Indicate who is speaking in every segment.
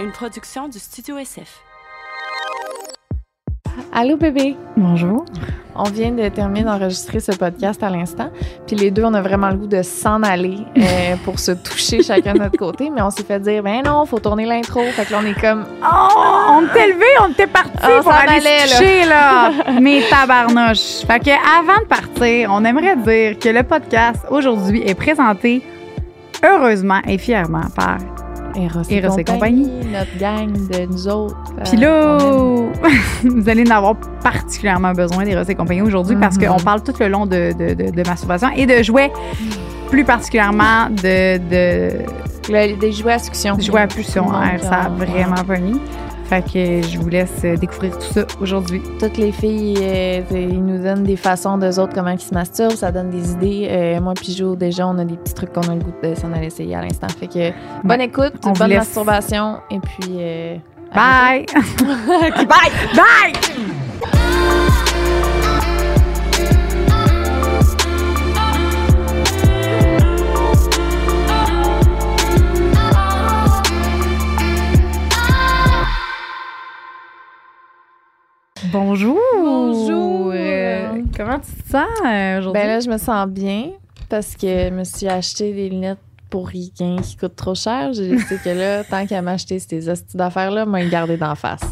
Speaker 1: une production du Studio SF.
Speaker 2: Allô bébé,
Speaker 3: Bonjour.
Speaker 2: on vient de terminer d'enregistrer ce podcast à l'instant, puis les deux on a vraiment le goût de s'en aller euh, pour se toucher chacun de notre côté, mais on s'est fait dire ben non, faut tourner l'intro, fait que là on est comme
Speaker 3: Oh, on t'est levé, on était parti
Speaker 2: Ah,
Speaker 3: pour
Speaker 2: ça
Speaker 3: aller se
Speaker 2: m'allait, là.
Speaker 3: coucher, Oh, là. Mais tabarnouche. Fait que avant de partir, on aimerait dire que le podcast aujourd'hui est présenté heureusement et fièrement par.
Speaker 2: Eros
Speaker 3: et compagnie.
Speaker 2: notre gang de nous autres. euh,
Speaker 3: Puis là, vous allez en avoir particulièrement besoin des et compagnie aujourd'hui parce
Speaker 2: Mhm.
Speaker 3: qu'on parle tout le long de, de- de- de masturbation et de jouets, plus particulièrement de, de,
Speaker 2: là, des jouets à succion.
Speaker 3: Jouer à pulsion
Speaker 2: Tout le monde,
Speaker 3: air, ça a
Speaker 2: euh,
Speaker 3: vraiment pas mis. Fait que je vous laisse euh, découvrir tout ça aujourd'hui.
Speaker 2: Toutes les filles, euh, c'est- ils nous donnent des façons d'eux autres comment ils se masturbent, ça donne des idées. Euh, moi puis Jo, déjà, on a des petits trucs qu'on a le goût de s'en aller essayer à l'instant. Fait que bonne écoute,
Speaker 3: On vous
Speaker 2: bonne
Speaker 3: laisse.
Speaker 2: masturbation, et puis... euh, à
Speaker 3: Bye!
Speaker 2: bientôt.
Speaker 3: Bye! Bye! Bonjour!
Speaker 2: Bonjour.
Speaker 3: Euh, comment tu te sens euh, aujourd'hui?
Speaker 2: Ben là, je me sens bien parce que je me suis acheté des lunettes pour rien qui coûtent trop cher. J'ai décidé que là, tant qu'à m'acheter ces hosties d'affaires-là, moi, les garder d'en face.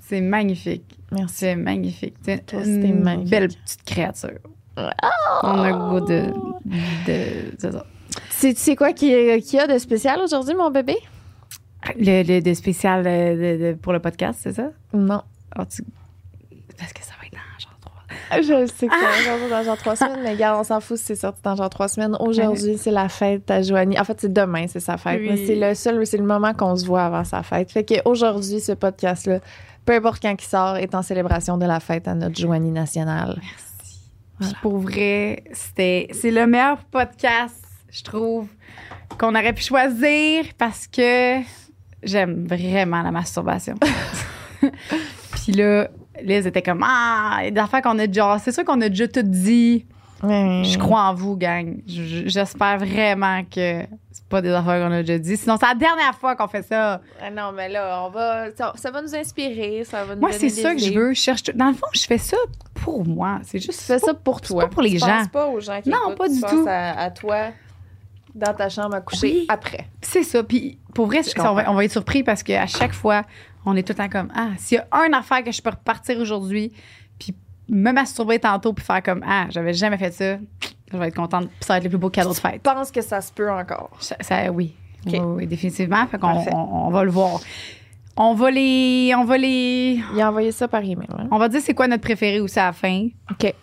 Speaker 3: C'est magnifique.
Speaker 2: Merci.
Speaker 3: C'est magnifique. C'est
Speaker 2: Toi, c'était
Speaker 3: une
Speaker 2: magnifique. Ah!
Speaker 3: belle petite créature. On a le goût de... de- c'est ça.
Speaker 2: C'est tu sais quoi qui euh, qui a de spécial aujourd'hui, mon bébé?
Speaker 3: Le, le- de spécial euh, de- de- pour le podcast, c'est ça?
Speaker 2: Non.
Speaker 3: Ah, tu- Parce que ça va être dans genre trois.
Speaker 2: Ah, Je le sais que
Speaker 3: Ah!
Speaker 2: c'est aujourd'hui dans genre trois semaines, mais regarde, on s'en fout si c'est sorti dans genre trois semaines. Aujourd'hui, c'est la fête à Joanie. En fait, c'est demain, c'est sa fête.
Speaker 3: Oui.
Speaker 2: Mais c'est le seul, c'est le moment qu'on se voit avant sa fête. Fait qu'aujourd'hui, ce podcast-là, peu importe quand il sort, est en célébration de la fête à notre Joanie nationale.
Speaker 3: Merci.
Speaker 2: Voilà.
Speaker 3: Puis pour vrai, c'était, c'est le meilleur podcast, je trouve, qu'on aurait pu choisir parce que j'aime vraiment la masturbation. Puis là, Liz était comme Ah, il y a des affaires qu'on a déjà. C'est sûr qu'on a déjà tout dit. Je crois en vous, gang. Je- je- J'espère vraiment que c'est pas des affaires qu'on a déjà dit. Sinon, c'est la dernière fois qu'on fait ça.
Speaker 2: Ah non, mais là, on va. Ça, ça va nous inspirer, ça va nous
Speaker 3: Moi,
Speaker 2: donner
Speaker 3: c'est
Speaker 2: des
Speaker 3: ça que je
Speaker 2: idées.
Speaker 3: veux. Je cherche tout- Dans le fond, je fais ça pour moi. C'est
Speaker 2: Tu
Speaker 3: juste
Speaker 2: fais ça pour
Speaker 3: c'est
Speaker 2: toi.
Speaker 3: pas pour les
Speaker 2: Tu
Speaker 3: gens.
Speaker 2: penses pas aux gens qui
Speaker 3: Non,
Speaker 2: écoutent,
Speaker 3: pas
Speaker 2: tu
Speaker 3: du
Speaker 2: penses
Speaker 3: tout.
Speaker 2: À, à toi, dans ta chambre à coucher,
Speaker 3: Oui.
Speaker 2: après.
Speaker 3: C'est ça. Puis pour vrai,
Speaker 2: Je
Speaker 3: ça, on, va,
Speaker 2: comprends.
Speaker 3: on va être surpris parce qu'à chaque fois, on est tout le temps comme Ah, s'il y a une affaire que je peux repartir aujourd'hui, puis me masturber tantôt, puis faire comme Ah, j'avais jamais fait ça, je vais être contente, puis ça va être le plus beau cadeau de
Speaker 2: Je
Speaker 3: fête.
Speaker 2: pense que ça se peut encore.
Speaker 3: Ça, ça- oui.
Speaker 2: Ok.
Speaker 3: Oui, oui, définitivement. Fait qu'on
Speaker 2: Parfait.
Speaker 3: on, on va le voir. On va les. On va les.
Speaker 2: Il a envoyé ça par email. hein?
Speaker 3: On va dire c'est quoi notre préféré aussi à la fin.
Speaker 2: OK.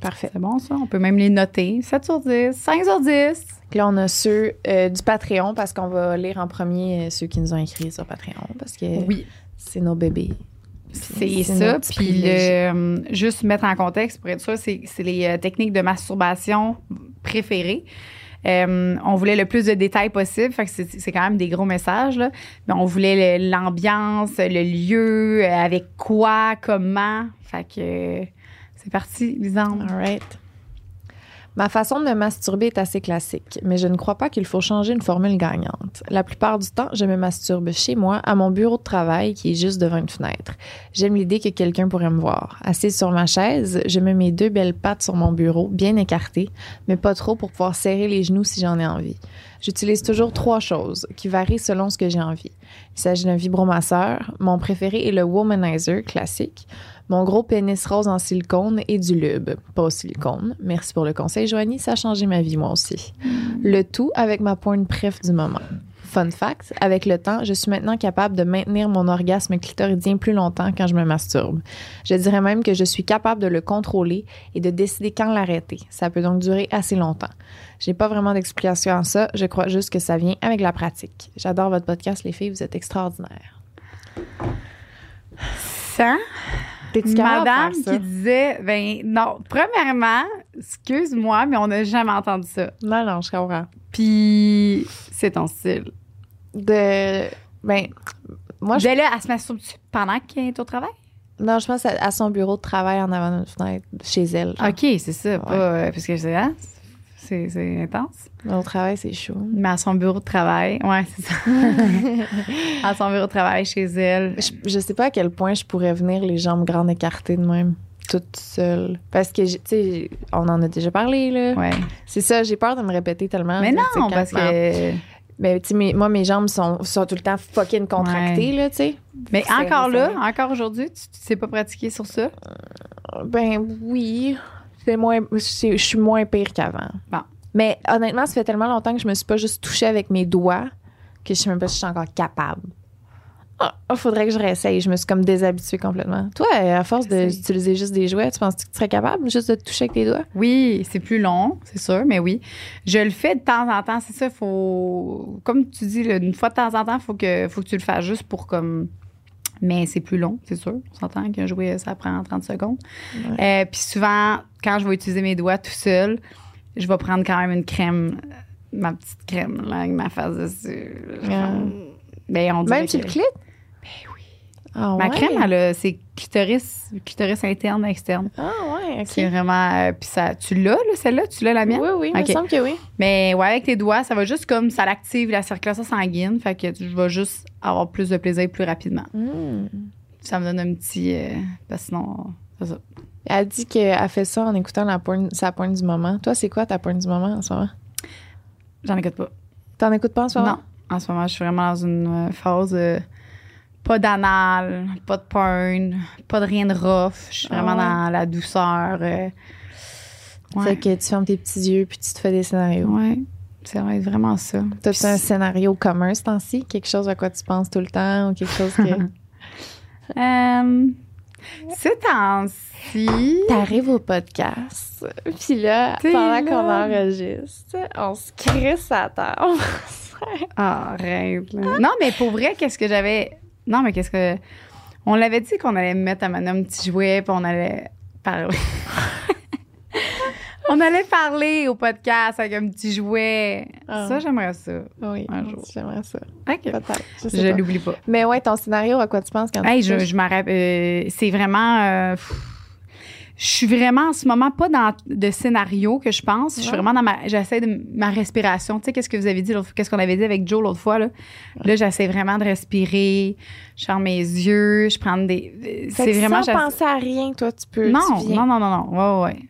Speaker 2: Parfait.
Speaker 3: C'est bon, ça. On peut même les noter. 7 sur 10, 5 sur 10.
Speaker 2: Puis Là, on a ceux euh, du Patreon parce qu'on va lire en premier euh, ceux qui nous ont écrit sur Patreon parce que
Speaker 3: Oui.
Speaker 2: c'est nos bébés.
Speaker 3: Euh, C'est
Speaker 2: C'est
Speaker 3: ça.
Speaker 2: notre
Speaker 3: Puis le, euh, juste mettre en contexte, pour être sûr, c'est c'est les euh, techniques de masturbation préférées. Euh, on voulait le plus de détails possible, fait que c'est c'est quand même des gros messages. Là. Mais on voulait le- l'ambiance, le lieu, euh, avec quoi, comment. Fait que euh, c'est parti, Lisande.
Speaker 2: All right. Ma façon de me masturber est assez classique, mais je ne crois pas qu'il faut changer une formule gagnante. La plupart du temps, je me masturbe chez moi, à mon bureau de travail qui est juste devant une fenêtre. J'aime l'idée que quelqu'un pourrait me voir. Assise sur ma chaise, je mets mes deux belles pattes sur mon bureau, bien écartées, mais pas trop pour pouvoir serrer les genoux si j'en ai envie. J'utilise toujours trois choses, qui varient selon ce que j'ai envie. Il s'agit d'un vibromasseur, mon préféré est le womanizer classique, mon gros pénis rose en silicone et du lube. Pas au silicone. Merci pour le conseil, Joanie. Ça a changé ma vie, moi aussi. Le tout avec ma pointe préf du moment. Fun fact, avec le temps, je suis maintenant capable de maintenir mon orgasme clitoridien plus longtemps quand je me masturbe. Je dirais même que je suis capable de le contrôler et de décider quand l'arrêter. Ça peut donc durer assez longtemps. J'ai pas vraiment d'explication à ça, je crois juste que ça vient avec la pratique. J'adore votre podcast, les filles, vous êtes extraordinaires.
Speaker 3: Sans
Speaker 2: T'es-tu Ah. capable de
Speaker 3: madame
Speaker 2: faire ça?
Speaker 3: qui disait, ben non, premièrement, excuse-moi, mais on n'a jamais entendu ça.
Speaker 2: Non, non, je comprends.
Speaker 3: Puis c'est ton style.
Speaker 2: de ben moi je,
Speaker 3: Dès Ben là, elle se masturbe pendant qu'elle est au travail?
Speaker 2: non je pense à,
Speaker 3: Ah.
Speaker 2: à son bureau de travail en avant d'une fenêtre chez elle genre.
Speaker 3: OK, c'est ça. pas, euh, parce que c'est hein, C'est c'est intense.
Speaker 2: Au travail, c'est chaud.
Speaker 3: Mais à son bureau de travail, ouais, c'est ça. à son bureau de travail, chez elle.
Speaker 2: Je, je sais pas à quel point je pourrais venir les jambes grandes écartées de même, toute seule. Parce que, j'ai- tu sais, on en a déjà parlé, là.
Speaker 3: Ouais.
Speaker 2: C'est ça, j'ai peur de me répéter tellement.
Speaker 3: Mais
Speaker 2: tu sais,
Speaker 3: non,
Speaker 2: quand-
Speaker 3: parce que.
Speaker 2: Ben, tu sais, mes- moi, mes jambes sont, sont tout le temps fucking contractées, là, tu sais.
Speaker 3: Mais
Speaker 2: C'est-
Speaker 3: encore
Speaker 2: c'est
Speaker 3: là,
Speaker 2: vrai.
Speaker 3: encore aujourd'hui, tu tu sais pas pratiquer sur ça.
Speaker 2: Ben oui, c'est moins, c'est- je suis moins pire qu'avant.
Speaker 3: Bon.
Speaker 2: Mais honnêtement, ça fait tellement longtemps que je me suis pas juste touchée avec mes doigts que je sais même pas si je suis encore capable. Ah, ah, faudrait que je réessaye. Je me suis comme déshabituée complètement. Toi, à force
Speaker 3: Essaye.
Speaker 2: d'utiliser juste des jouets, tu penses que tu serais capable juste de te toucher avec tes doigts?
Speaker 3: Oui, c'est plus long, c'est sûr, mais oui. Je le fais de temps en temps, c'est ça, faut comme tu dis là, une fois de temps en temps, faut que faut que tu le fasses juste pour comme mais c'est plus long, c'est sûr. On s'entend qu'un jouet ça prend 30 secondes. Euh, puis souvent quand je vais utiliser mes doigts tout seul, je vais prendre quand même une crème euh, ma petite crème là avec ma face dessus. Je
Speaker 2: Ah.
Speaker 3: prends- Ben, on dirait
Speaker 2: Même sur
Speaker 3: que-
Speaker 2: le clit?
Speaker 3: Ben oui.
Speaker 2: Ah
Speaker 3: Ma
Speaker 2: ouais?
Speaker 3: crème elle a- c'est clitoris clitoris interne externe.
Speaker 2: Ah ouais,
Speaker 3: C'est
Speaker 2: ok.
Speaker 3: vraiment euh, puis ça tu l'as là celle-là, tu l'as la
Speaker 2: Oui,
Speaker 3: mienne
Speaker 2: oui, il
Speaker 3: Ok.
Speaker 2: me semble que oui.
Speaker 3: mais ouais, avec tes doigts, ça va juste comme ça l'active la circulation sanguine. Fait que je vais juste avoir plus de plaisir plus rapidement.
Speaker 2: Hmm.
Speaker 3: Ça me donne un petit. euh, parce que sinon. c'est ça.
Speaker 2: Elle dit qu'elle fait ça en écoutant la pointe, sa pointe du moment. Toi, c'est quoi ta pointe du moment en ce moment?
Speaker 3: J'en écoute pas.
Speaker 2: T'en écoutes pas en ce moment?
Speaker 3: Non. En ce moment, je suis vraiment dans une euh, phase. euh, pas d'anal, pas de porn, pas de rien de rough. Je suis
Speaker 2: Ah
Speaker 3: vraiment
Speaker 2: ouais.
Speaker 3: dans la douceur. euh,
Speaker 2: C'est
Speaker 3: ouais.
Speaker 2: que tu fermes tes petits yeux puis tu te fais des scénarios.
Speaker 3: Ouais. Ça va être vraiment ça.
Speaker 2: T'as-tu un scénario commun ce temps-ci? Quelque chose à quoi tu penses tout le temps ou quelque chose que.
Speaker 3: Euh, ce temps-ci.
Speaker 2: T'arrives au podcast, puis là,
Speaker 3: T'es
Speaker 2: pendant qu'on
Speaker 3: là.
Speaker 2: enregistre, on se crisse à terre.
Speaker 3: Ah, arrête. là. Non, mais pour vrai, qu'est-ce que j'avais. Non, mais qu'est-ce que. On l'avait dit qu'on allait mettre à Manon un petit jouet, puis on allait parler. on allait parler au podcast avec un petit jouet.
Speaker 2: Ah.
Speaker 3: Ça, j'aimerais ça.
Speaker 2: oui,
Speaker 3: Un jour.
Speaker 2: j'aimerais ça.
Speaker 3: OK.
Speaker 2: Peut-être. Je sais
Speaker 3: Je
Speaker 2: pas.
Speaker 3: l'oublie pas.
Speaker 2: Mais ouais, ton scénario, à quoi tu penses quand
Speaker 3: Hey,
Speaker 2: tu te
Speaker 3: je,
Speaker 2: couches?
Speaker 3: je m'en rappelle. euh, c'est vraiment. euh, pff, je suis vraiment en ce moment pas dans de scénario que je pense. Je suis
Speaker 2: Ouais.
Speaker 3: vraiment dans ma. J'essaie de m- ma respiration. Tu sais, qu'est-ce que vous avez dit l'autre Qu'est-ce qu'on avait dit avec Joe l'autre fois? Là, là j'essaie vraiment de respirer. Je ferme mes yeux. Je prends des. euh,
Speaker 2: Fait
Speaker 3: C'est
Speaker 2: que
Speaker 3: vraiment.
Speaker 2: Sans
Speaker 3: j'essa-
Speaker 2: penser à rien, toi, tu peux.
Speaker 3: non,
Speaker 2: tu viens.
Speaker 3: non, non, non, non. Ouais, ouais, ouais.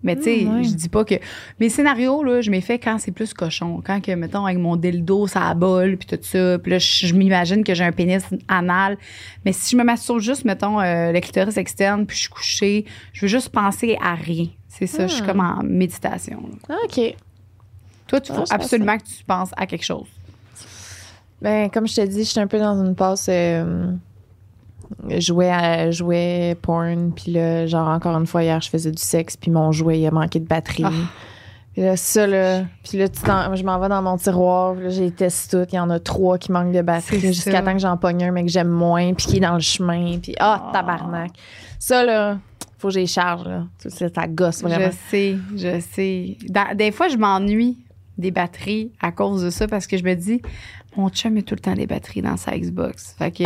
Speaker 3: Mais tu sais,
Speaker 2: Mm, ouais.
Speaker 3: je dis pas que. Mes scénarios, là, je m'ai fait quand c'est plus cochon. Quand, que, mettons, avec mon dildo, ça abole, puis tout ça. Puis là, je je m'imagine que j'ai un pénis anal. Mais si je me masturbe juste, mettons, euh, le clitoris externe, puis je suis couchée, je veux juste penser à rien. C'est ça, je suis
Speaker 2: Mm.
Speaker 3: comme en méditation. là.
Speaker 2: Ah, OK.
Speaker 3: Toi, tu
Speaker 2: Ah,
Speaker 3: faut
Speaker 2: je
Speaker 3: absolument que tu penses à quelque chose.
Speaker 2: Ben, comme je te dis, je suis un peu dans une passe euh, jouer à jouer porn, puis là, genre encore une fois hier, je faisais du sexe, puis mon jouet il a manqué de batterie.
Speaker 3: Ah.
Speaker 2: Puis là, ça là, puis là, tu t'en- je m'en vais dans mon tiroir, puis là, je les teste toutes, il y en a trois qui manquent de batterie
Speaker 3: C'est ça.
Speaker 2: jusqu'à temps que j'en pogne un mais que j'aime moins, puis qui est dans le chemin, puis ah
Speaker 3: Ah.
Speaker 2: tabarnak. Ça là, faut que je les charge là, ça c'est- ça gosse vraiment.
Speaker 3: Je sais, je sais. Dans- des fois, je m'ennuie des batteries à cause de ça parce que je me dis, mon chum met tout le temps des batteries dans sa Xbox. Fait que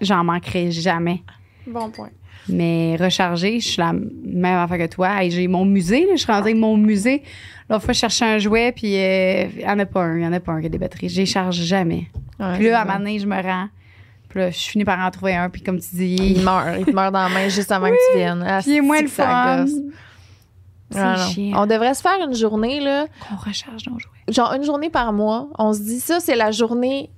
Speaker 3: j'en manquerai jamais.
Speaker 2: Bon point.
Speaker 3: Mais recharger, je suis la même affaire que toi. Hey, j'ai mon musée, là, je suis rendue avec mon musée. L'autre fois, je cherchais un jouet, puis euh, il n'y en a pas un, il n'y en a pas un qui a des batteries. Je les charge jamais. Puis là, à un moment donné, je me rends. Puis là, je finis par en trouver un, puis comme tu
Speaker 2: il
Speaker 3: dis,
Speaker 2: meurt, il te meurt dans la main juste avant que tu viennes. Ah,
Speaker 3: puis il est moins
Speaker 2: c'est
Speaker 3: le
Speaker 2: que ça
Speaker 3: fun.
Speaker 2: gosse.
Speaker 3: C'est
Speaker 2: Ah non.
Speaker 3: chiant.
Speaker 2: On devrait se faire une journée, là,
Speaker 3: On recharge nos jouets.
Speaker 2: genre une journée par mois. On se dit ça, c'est la journée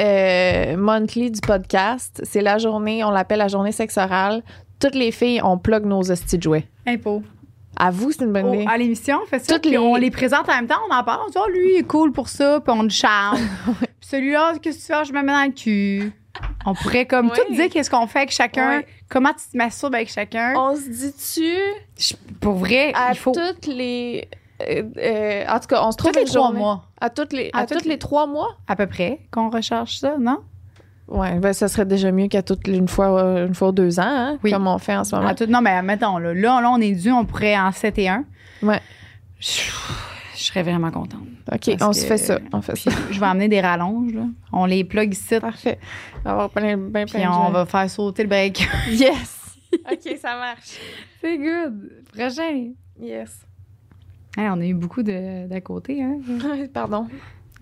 Speaker 2: euh, monthly du podcast. C'est la journée, on l'appelle la journée sexe orale. Toutes les filles, on plug nos hosties de jouets.
Speaker 3: Impôt.
Speaker 2: À vous, c'est une bonne
Speaker 3: au-
Speaker 2: idée.
Speaker 3: Oh, à l'émission, on fait ça.
Speaker 2: Toutes
Speaker 3: puis
Speaker 2: les-
Speaker 3: on les présente en même temps, on en parle. On dit, oh, lui, il est cool pour ça, puis on le charme. Puis celui-là, qu'est-ce que tu fais? Je me mets dans le cul. On pourrait comme
Speaker 2: Ouais.
Speaker 3: tout dire qu'est-ce qu'on fait avec chacun,
Speaker 2: Ouais.
Speaker 3: comment tu te masturbes avec chacun.
Speaker 2: On se dit-tu
Speaker 3: Je- Pour vrai,
Speaker 2: à
Speaker 3: il faut.
Speaker 2: toutes les. euh, euh, en tout cas, on se trouve
Speaker 3: Tous les
Speaker 2: une
Speaker 3: trois
Speaker 2: journée.
Speaker 3: mois,
Speaker 2: À toutes les,
Speaker 3: À
Speaker 2: à,
Speaker 3: toutes
Speaker 2: toutes les trois mois?
Speaker 3: à peu près, qu'on recharge ça, non?
Speaker 2: Ouais, ben, ça serait déjà mieux qu'à toutes les- une fois, euh, une fois ou deux ans, hein,
Speaker 3: Oui.
Speaker 2: comme on fait en ce moment.
Speaker 3: À tout- non, mais mettons, là, là, là, on est dû, on pourrait en 7 et 1.
Speaker 2: Ouais.
Speaker 3: Je, je serais vraiment contente.
Speaker 2: OK,
Speaker 3: Parce
Speaker 2: on
Speaker 3: que-
Speaker 2: se fait ça. On fait ça.
Speaker 3: Puis je vais amener des rallonges, là. On les plug ici,
Speaker 2: Parfait. On va avoir plein, ben Ah, plein
Speaker 3: puis
Speaker 2: de
Speaker 3: on
Speaker 2: jouets.
Speaker 3: va faire sauter le break.
Speaker 2: Yes. OK, ça marche.
Speaker 3: C'est good. Prochain.
Speaker 2: Yes.
Speaker 3: Hey, on a eu beaucoup de- d'à côté. Hein?
Speaker 2: Pardon.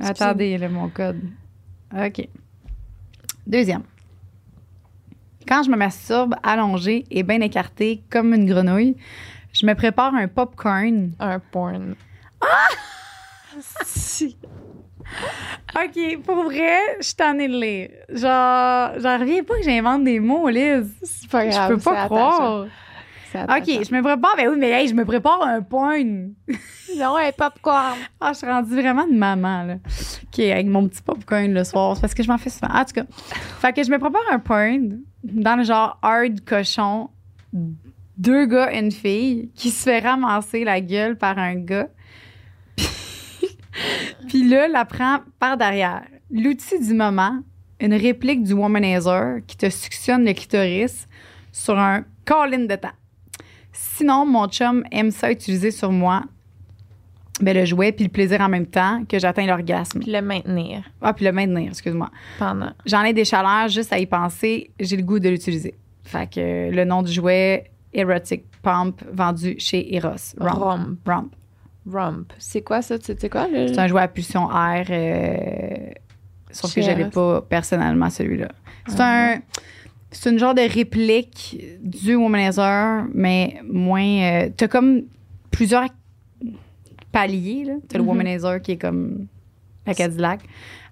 Speaker 3: Attendez, là, mon code. OK. Deuxième. Quand je me masturbe allongée et bien écartée comme une grenouille, je me prépare un popcorn.
Speaker 2: Un porn.
Speaker 1: Si.
Speaker 3: OK, pour vrai, je suis tannée de lire. Genre, j'en reviens pas que j'invente des mots, Liz.
Speaker 2: C'est pas grave.
Speaker 3: Je peux
Speaker 2: c'est
Speaker 3: pas
Speaker 2: attachant.
Speaker 3: croire.
Speaker 2: C'est
Speaker 3: OK,
Speaker 2: attachant.
Speaker 3: je me prépare. Ben oui, mais hey, je me prépare un point.
Speaker 2: Non, un popcorn.
Speaker 3: Ah, je suis rendue vraiment de maman, là. OK, avec mon petit popcorn le soir. C'est parce que je m'en fais souvent. Ah, En tout cas, fait que je me prépare un pound dans le genre hard cochon. Deux gars et une fille qui se fait ramasser la gueule par un gars. Puis, puis là, la prend par derrière. L'outil du moment, une réplique du womanizer qui te suctionne le clitoris sur un call-in de temps. Sinon, mon chum aime ça utiliser sur moi ben, le jouet puis le plaisir en même temps que j'atteins l'orgasme.
Speaker 2: Puis le maintenir
Speaker 3: Ah, puis le maintenir, excuse-moi.
Speaker 2: pendant.
Speaker 3: J'en ai des chaleurs juste à y penser, j'ai le goût de l'utiliser. Fait que euh, le nom du jouet, Erotic Pump, vendu chez Eros. Romp.
Speaker 2: Romp.
Speaker 3: Romp.
Speaker 2: Romp. C'est quoi ça? Tu sais- tu sais quoi? le-
Speaker 3: C'est un jouet à pulsion air, euh, sauf que
Speaker 2: Chez
Speaker 3: je
Speaker 2: Eros.
Speaker 3: l'ai pas personnellement, celui-là. C'est
Speaker 2: Ah.
Speaker 3: un. C'est une genre de réplique du womanizer, mais moins. tu T'as comme plusieurs paliers. là. T'as le
Speaker 2: Mhm.
Speaker 3: womanizer qui est comme la Cadillac.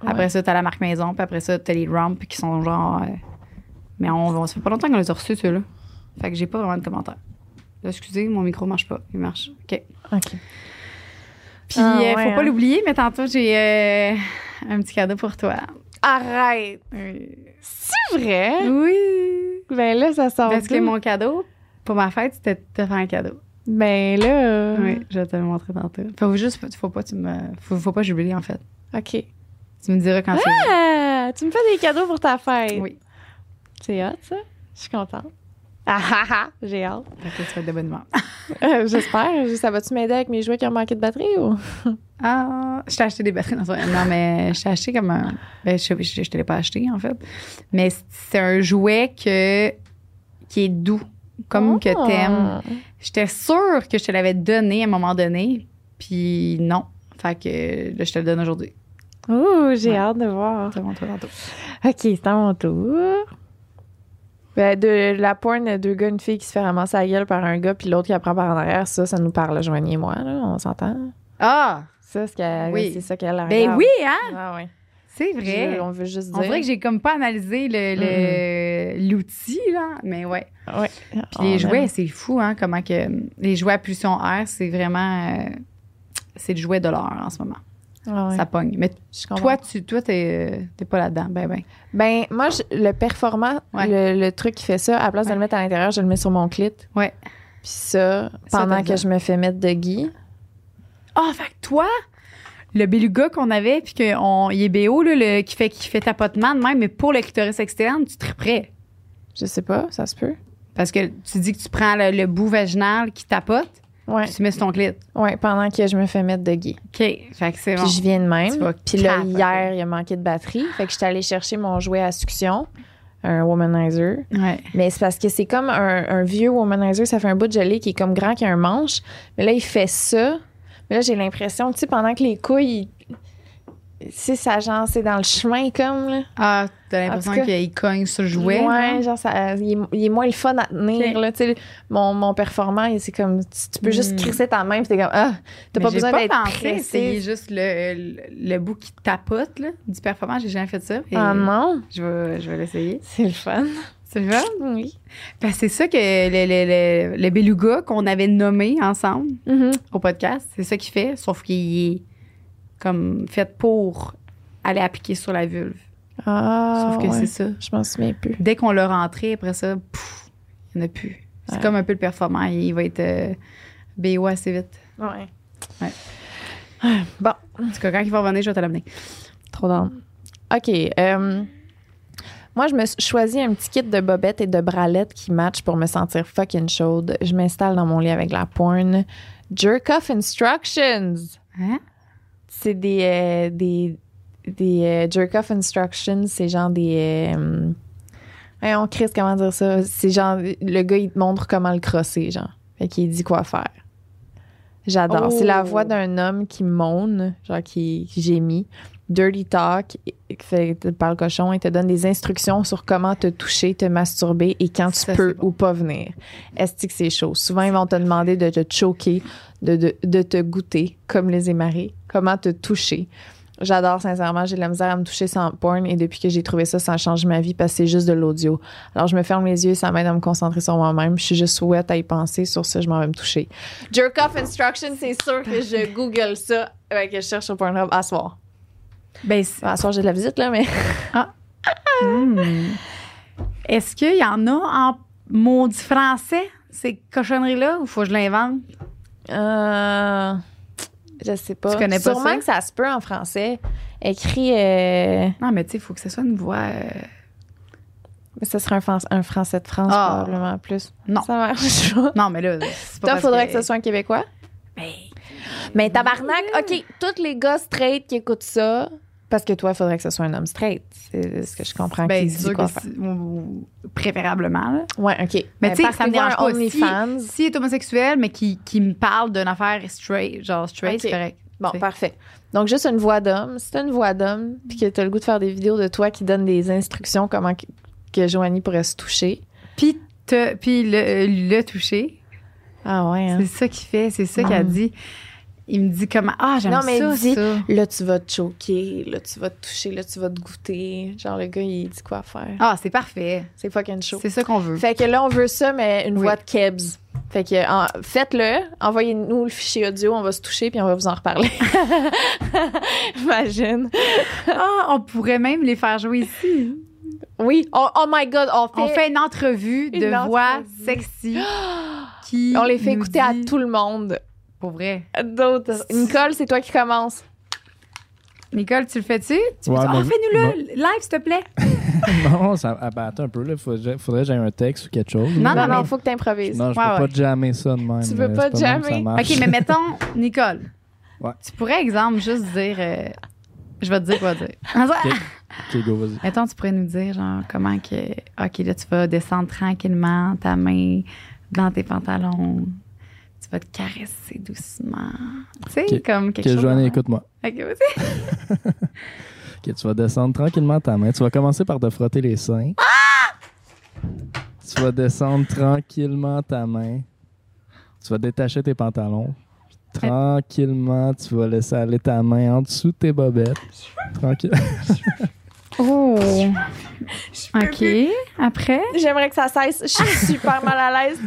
Speaker 3: Après
Speaker 2: Ouais.
Speaker 3: ça, t'as la marque maison. Puis après ça, t'as les Rump qui sont genre. euh, mais on, on- ça fait pas longtemps qu'on les a reçus, ceux-là. Fait que j'ai pas vraiment de commentaires. Là, excusez, mon micro marche pas. Il marche. OK.
Speaker 2: OK.
Speaker 3: Puis,
Speaker 2: Ah,
Speaker 3: euh,
Speaker 2: ouais,
Speaker 3: faut pas
Speaker 2: hein.
Speaker 3: l'oublier, mais tantôt, j'ai euh, un petit cadeau pour toi.
Speaker 2: Arrête!
Speaker 3: Oui.
Speaker 2: C'est vrai? Ben là, ça sort
Speaker 3: Parce que
Speaker 2: d'où?
Speaker 3: mon cadeau, pour ma fête, c'était de te faire un cadeau.
Speaker 2: Ben là...
Speaker 3: Oui, je vais te le montrer tantôt. Faut juste, faut pas, que tu me, faut, faut pas que j'oublie, en fait.
Speaker 2: OK.
Speaker 3: Tu me diras quand c'est.
Speaker 2: Ah! Tu me fais des cadeaux pour ta fête.
Speaker 3: Oui.
Speaker 2: C'est hot, ça. Je suis contente. Ah ah ah! J'ai hâte.
Speaker 3: Fait que tu fais de bonne humeur.
Speaker 2: Euh, J'espère. Ça va-tu m'aider avec mes jouets qui ont manqué de batterie ou...
Speaker 3: Ah, je t'ai acheté des batteries dans un. Non, mais je t'ai acheté comme un. Ben, je, je, je te l'ai pas acheté, en fait. Mais c'est un jouet que, qui est doux,
Speaker 2: Ah.
Speaker 3: comme que t'aimes. J'étais sûre que je te l'avais donné à un moment donné, puis non. Fait que là, je te le donne aujourd'hui.
Speaker 2: Oh, j'ai
Speaker 3: Ouais.
Speaker 2: hâte de voir.
Speaker 3: Je te le montre tantôt.
Speaker 2: OK, c'est à mon tour. Ben, de la porn, deux gars, une fille qui se fait ramasser la gueule par un gars, puis l'autre qui apprend par en arrière, ça, ça nous parle. Joignez-moi, là, on s'entend.
Speaker 3: Ah!
Speaker 2: Ça, c'est qu'elle-
Speaker 3: Oui.
Speaker 2: c'est ça qu'elle a.
Speaker 3: Ben oui, hein?
Speaker 2: Ah oui.
Speaker 3: C'est vrai.
Speaker 2: on veut juste
Speaker 3: On
Speaker 2: dire.
Speaker 3: dirait que j'ai comme pas analysé l'outil, le,
Speaker 2: Mm-hmm.
Speaker 3: l'outil là. Mais ouais.
Speaker 2: Ouais.
Speaker 3: Puis
Speaker 2: On
Speaker 3: les
Speaker 2: aime.
Speaker 3: jouets, c'est fou, hein, comment que. Les jouets à pulsion air, c'est vraiment. euh, c'est le jouet de l'heure en ce moment.
Speaker 2: Ah ouais, Ah,
Speaker 3: Ça pogne. Mais
Speaker 2: je comprends.
Speaker 3: toi, tu toi, t'es, euh, t'es pas là-dedans. Ben, ben.
Speaker 2: Ben, moi, je- le performant,
Speaker 3: Ouais.
Speaker 2: le, le truc qui fait ça, à la place de le mettre à l'intérieur, je le mets sur mon clit.
Speaker 3: Ouais.
Speaker 2: Puis ça,
Speaker 3: Ça,
Speaker 2: pendant
Speaker 3: t'as
Speaker 2: que
Speaker 3: dit.
Speaker 2: je me fais mettre de Guy.
Speaker 3: Ah, fait que toi, le beluga qu'on avait, puis qu'il est BO, là, le, qui, fait, qui fait tapotement de même, mais pour le clitoris externe, tu te prêt.
Speaker 2: Je sais pas, ça se peut.
Speaker 3: Parce que tu dis que tu prends le, le bout vaginal qui tapote,
Speaker 2: Ouais.
Speaker 3: puis tu mets sur ton clit.
Speaker 2: Ouais, pendant que je me fais mettre de Guy.
Speaker 3: OK. Fait que c'est bon.
Speaker 2: Puis je viens de
Speaker 3: Tu
Speaker 2: même.
Speaker 3: vas
Speaker 2: Puis là,
Speaker 3: capoter.
Speaker 2: hier, il a manqué de batterie. Fait que j'étais allée chercher mon jouet à succion, un womanizer.
Speaker 3: Ouais.
Speaker 2: Mais c'est parce que c'est comme un, un vieux womanizer, ça fait un bout de gelée qui est comme grand, qui a un manche. Mais là, il fait ça. Mais là, j'ai l'impression, tu sais, pendant que les couilles, ils- c'est ça, genre, c'est dans le chemin, comme, là.
Speaker 3: Ah, t'as
Speaker 2: En
Speaker 3: l'impression
Speaker 2: tout cas-
Speaker 3: qu'il cogne sur le jouet.
Speaker 2: Ouais,
Speaker 3: genre?
Speaker 2: genre, ça, il, est, il est moins le fun à tenir,
Speaker 3: Ok.
Speaker 2: là. Tu sais, mon, mon performant, il- c'est comme, tu, tu peux juste
Speaker 3: Hmm.
Speaker 2: crisser ta main, puis t'es comme, ah, t'as
Speaker 3: Mais
Speaker 2: pas
Speaker 3: j'ai
Speaker 2: besoin
Speaker 3: pas
Speaker 2: d'être
Speaker 3: pensé essayer
Speaker 2: pressé.
Speaker 3: juste le, le, le bout qui tapote là, du performant. J'ai jamais fait ça. et
Speaker 2: Ah non,
Speaker 3: Je vais, je vais l'essayer.
Speaker 2: c'est le fun.
Speaker 3: C'est vrai?
Speaker 2: Oui.
Speaker 3: Parce que c'est ça que le, le, le, le beluga qu'on avait nommé ensemble
Speaker 2: Mhm.
Speaker 3: au podcast, c'est ça qu'il fait, sauf qu'il est comme fait pour aller appliquer sur la vulve.
Speaker 2: Ah,
Speaker 3: sauf que
Speaker 2: ouais.
Speaker 3: c'est ça.
Speaker 2: Je m'en souviens plus.
Speaker 3: Dès qu'on l'a rentré, après ça, pouf, il n'y en a plus. C'est
Speaker 2: Ouais.
Speaker 3: comme un peu le performant. Il va être euh, BO assez vite.
Speaker 2: Ouais.
Speaker 3: En tout cas, quand il va revenir, je vais te l'amener.
Speaker 2: Trop d'âme. OK. euh, moi, je me suis choisi un petit kit de bobettes et de bralettes qui matchent pour me sentir fucking chaude. Je m'installe dans mon lit avec la porn. Jerk off instructions.
Speaker 3: Hein?
Speaker 2: C'est des. euh, des des euh, jerk off instructions, c'est genre des. euh, voyons, Chris, comment dire ça? C'est genre. Le gars, il te montre comment le crosser, genre. Fait qu'il dit quoi faire. J'adore. C'est la
Speaker 3: Oh.
Speaker 2: voix d'un homme qui mourne, genre qui qui gémit. Dirty Talk, et- qui fait te parle cochon et te donne des instructions sur comment te toucher, te masturber et quand tu
Speaker 3: Ça,
Speaker 2: peux
Speaker 3: c'est bon.
Speaker 2: ou pas venir. Est-ce que c'est chaud? Souvent, ils vont te demander de te choquer, de, de, de te goûter, comme les émarés, comment te toucher. J'adore, sincèrement, j'ai de la misère à me toucher sans porn et depuis que j'ai trouvé ça, ça change ma vie parce que c'est juste de l'audio. Alors, je me ferme les yeux, ça m'aide à me concentrer sur moi-même. Je suis juste ouette à y penser. Sur ça, je m'en vais me toucher. Jerk off instruction, c'est sûr que je Google ça, euh, que je cherche sur Pornhub à soir.
Speaker 3: Ben, c'est-
Speaker 2: À soir, j'ai de la visite, là, mais.
Speaker 3: Hmm. Est-ce qu'il y en a en maudit français, ces cochonneries-là, ou faut que je l'invente?
Speaker 2: Euh, je sais pas.
Speaker 3: Tu connais pas
Speaker 2: Sûrement
Speaker 3: ça?
Speaker 2: que ça se peut en français. Écrit. euh,
Speaker 3: Non, mais tu sais, il faut que ce soit une voix. euh,
Speaker 2: Mais ce serait un, Fran- un français de France,
Speaker 3: Ah.
Speaker 2: probablement plus.
Speaker 3: Non.
Speaker 2: Ça marche pas.
Speaker 3: Non, mais là, c'est pas
Speaker 2: Toi,
Speaker 3: parce
Speaker 2: faudrait que... ce soit un Québécois.
Speaker 3: Ben,
Speaker 2: Mais tabarnak, OK, tous les gars straight qui écoutent ça, parce que toi, faudrait que ce soit un homme straight. C'est ce que je comprends
Speaker 3: ben,
Speaker 2: qu'il
Speaker 3: c'est
Speaker 2: dit
Speaker 3: sûr
Speaker 2: quoi
Speaker 3: que
Speaker 2: faire.
Speaker 3: c'est- ou- ou- préférablement. là.
Speaker 2: Ouais, OK. Ben,
Speaker 3: Mais tu sais, ça me
Speaker 2: partez voir
Speaker 3: dérange
Speaker 2: un
Speaker 3: pas.
Speaker 2: OnlyFans.
Speaker 3: S'il est homosexuel, mais qui, qui me parle d'une affaire straight, genre straight,
Speaker 2: Ok.
Speaker 3: c'est correct.
Speaker 2: Bon,
Speaker 3: T'sais.
Speaker 2: parfait. Donc, juste une voix d'homme. Si t'as une voix d'homme, puis que t'as le goût de faire des vidéos de toi qui donnent des instructions comment que, que Joanie pourrait se toucher.
Speaker 3: Puis, te- puis le, le toucher,
Speaker 2: Ah ouais, hein?
Speaker 3: c'est ça qu'il fait, c'est ça qu'il a
Speaker 2: Mm.
Speaker 3: dit. Il me dit comment. Ah, j'aime
Speaker 2: Non, mais
Speaker 3: ça,
Speaker 2: dis-
Speaker 3: ça.
Speaker 2: Là, tu vas te choquer, là, tu vas te toucher, là, tu vas te goûter. Genre, le gars, il dit quoi faire.
Speaker 3: Ah, c'est parfait.
Speaker 2: C'est fucking chaud.
Speaker 3: C'est ça qu'on veut.
Speaker 2: Fait que là, on veut ça, mais une
Speaker 3: Oui.
Speaker 2: voix de Kebs. Fait que en- faites-le, envoyez-nous le fichier audio, on va se toucher, puis on va vous en reparler. Imagine.
Speaker 3: Ah, on pourrait même les faire jouer ici.
Speaker 2: Oui. Oh, oh my God, on fait.
Speaker 3: On fait une entrevue
Speaker 2: Une
Speaker 3: de voix
Speaker 2: entrevue.
Speaker 3: sexy qui.
Speaker 2: on les fait
Speaker 3: nous
Speaker 2: écouter à
Speaker 3: dit-
Speaker 2: tout le monde.
Speaker 3: Pour vrai.
Speaker 2: D'autres. Nicole, c'est toi qui commence.
Speaker 3: Nicole, tu le fais-tu? Tu
Speaker 4: Ouais,
Speaker 3: peux-
Speaker 4: mais-
Speaker 3: oh, fais-nous-le live, s'il te plaît.
Speaker 4: non, ça. ah, ben, attends un peu, là. Faudrait, faudrait que j'aie un texte ou quelque chose.
Speaker 3: Non,
Speaker 2: Non,
Speaker 4: là.
Speaker 3: mais-
Speaker 2: non, faut que t'improvises.
Speaker 4: Non, je
Speaker 3: Ouais,
Speaker 4: peux
Speaker 3: ouais.
Speaker 4: pas jammer ça de même.
Speaker 2: Tu veux
Speaker 4: là.
Speaker 2: pas
Speaker 4: C'est de même que ça
Speaker 2: jammer?
Speaker 4: marche.
Speaker 3: OK, mais mettons, Nicole.
Speaker 4: Ah, Ouais.
Speaker 3: Tu pourrais, exemple, juste dire. euh, je vais te dire quoi dire. En vrai,
Speaker 4: Ok, go, vas-y.
Speaker 3: Mettons, tu pourrais nous dire, genre, comment que. OK, là, tu vas descendre tranquillement ta main dans tes pantalons. Tu vas te caresser doucement. Tu sais,
Speaker 4: Que-
Speaker 3: comme quelque
Speaker 4: Ok,
Speaker 3: chose. hein.
Speaker 4: Joanie, écoute-moi.
Speaker 3: OK, vas-y.
Speaker 4: Ok, tu vas descendre tranquillement ta main. Tu vas commencer par te frotter les seins. Tu vas descendre tranquillement ta main. Tu vas détacher tes pantalons. Tranquillement, tu vas laisser aller ta main en dessous de tes bobettes. Tranquille.
Speaker 3: Oh. OK. Après,
Speaker 2: J'aimerais que ça cesse. Je suis super mal à l'aise.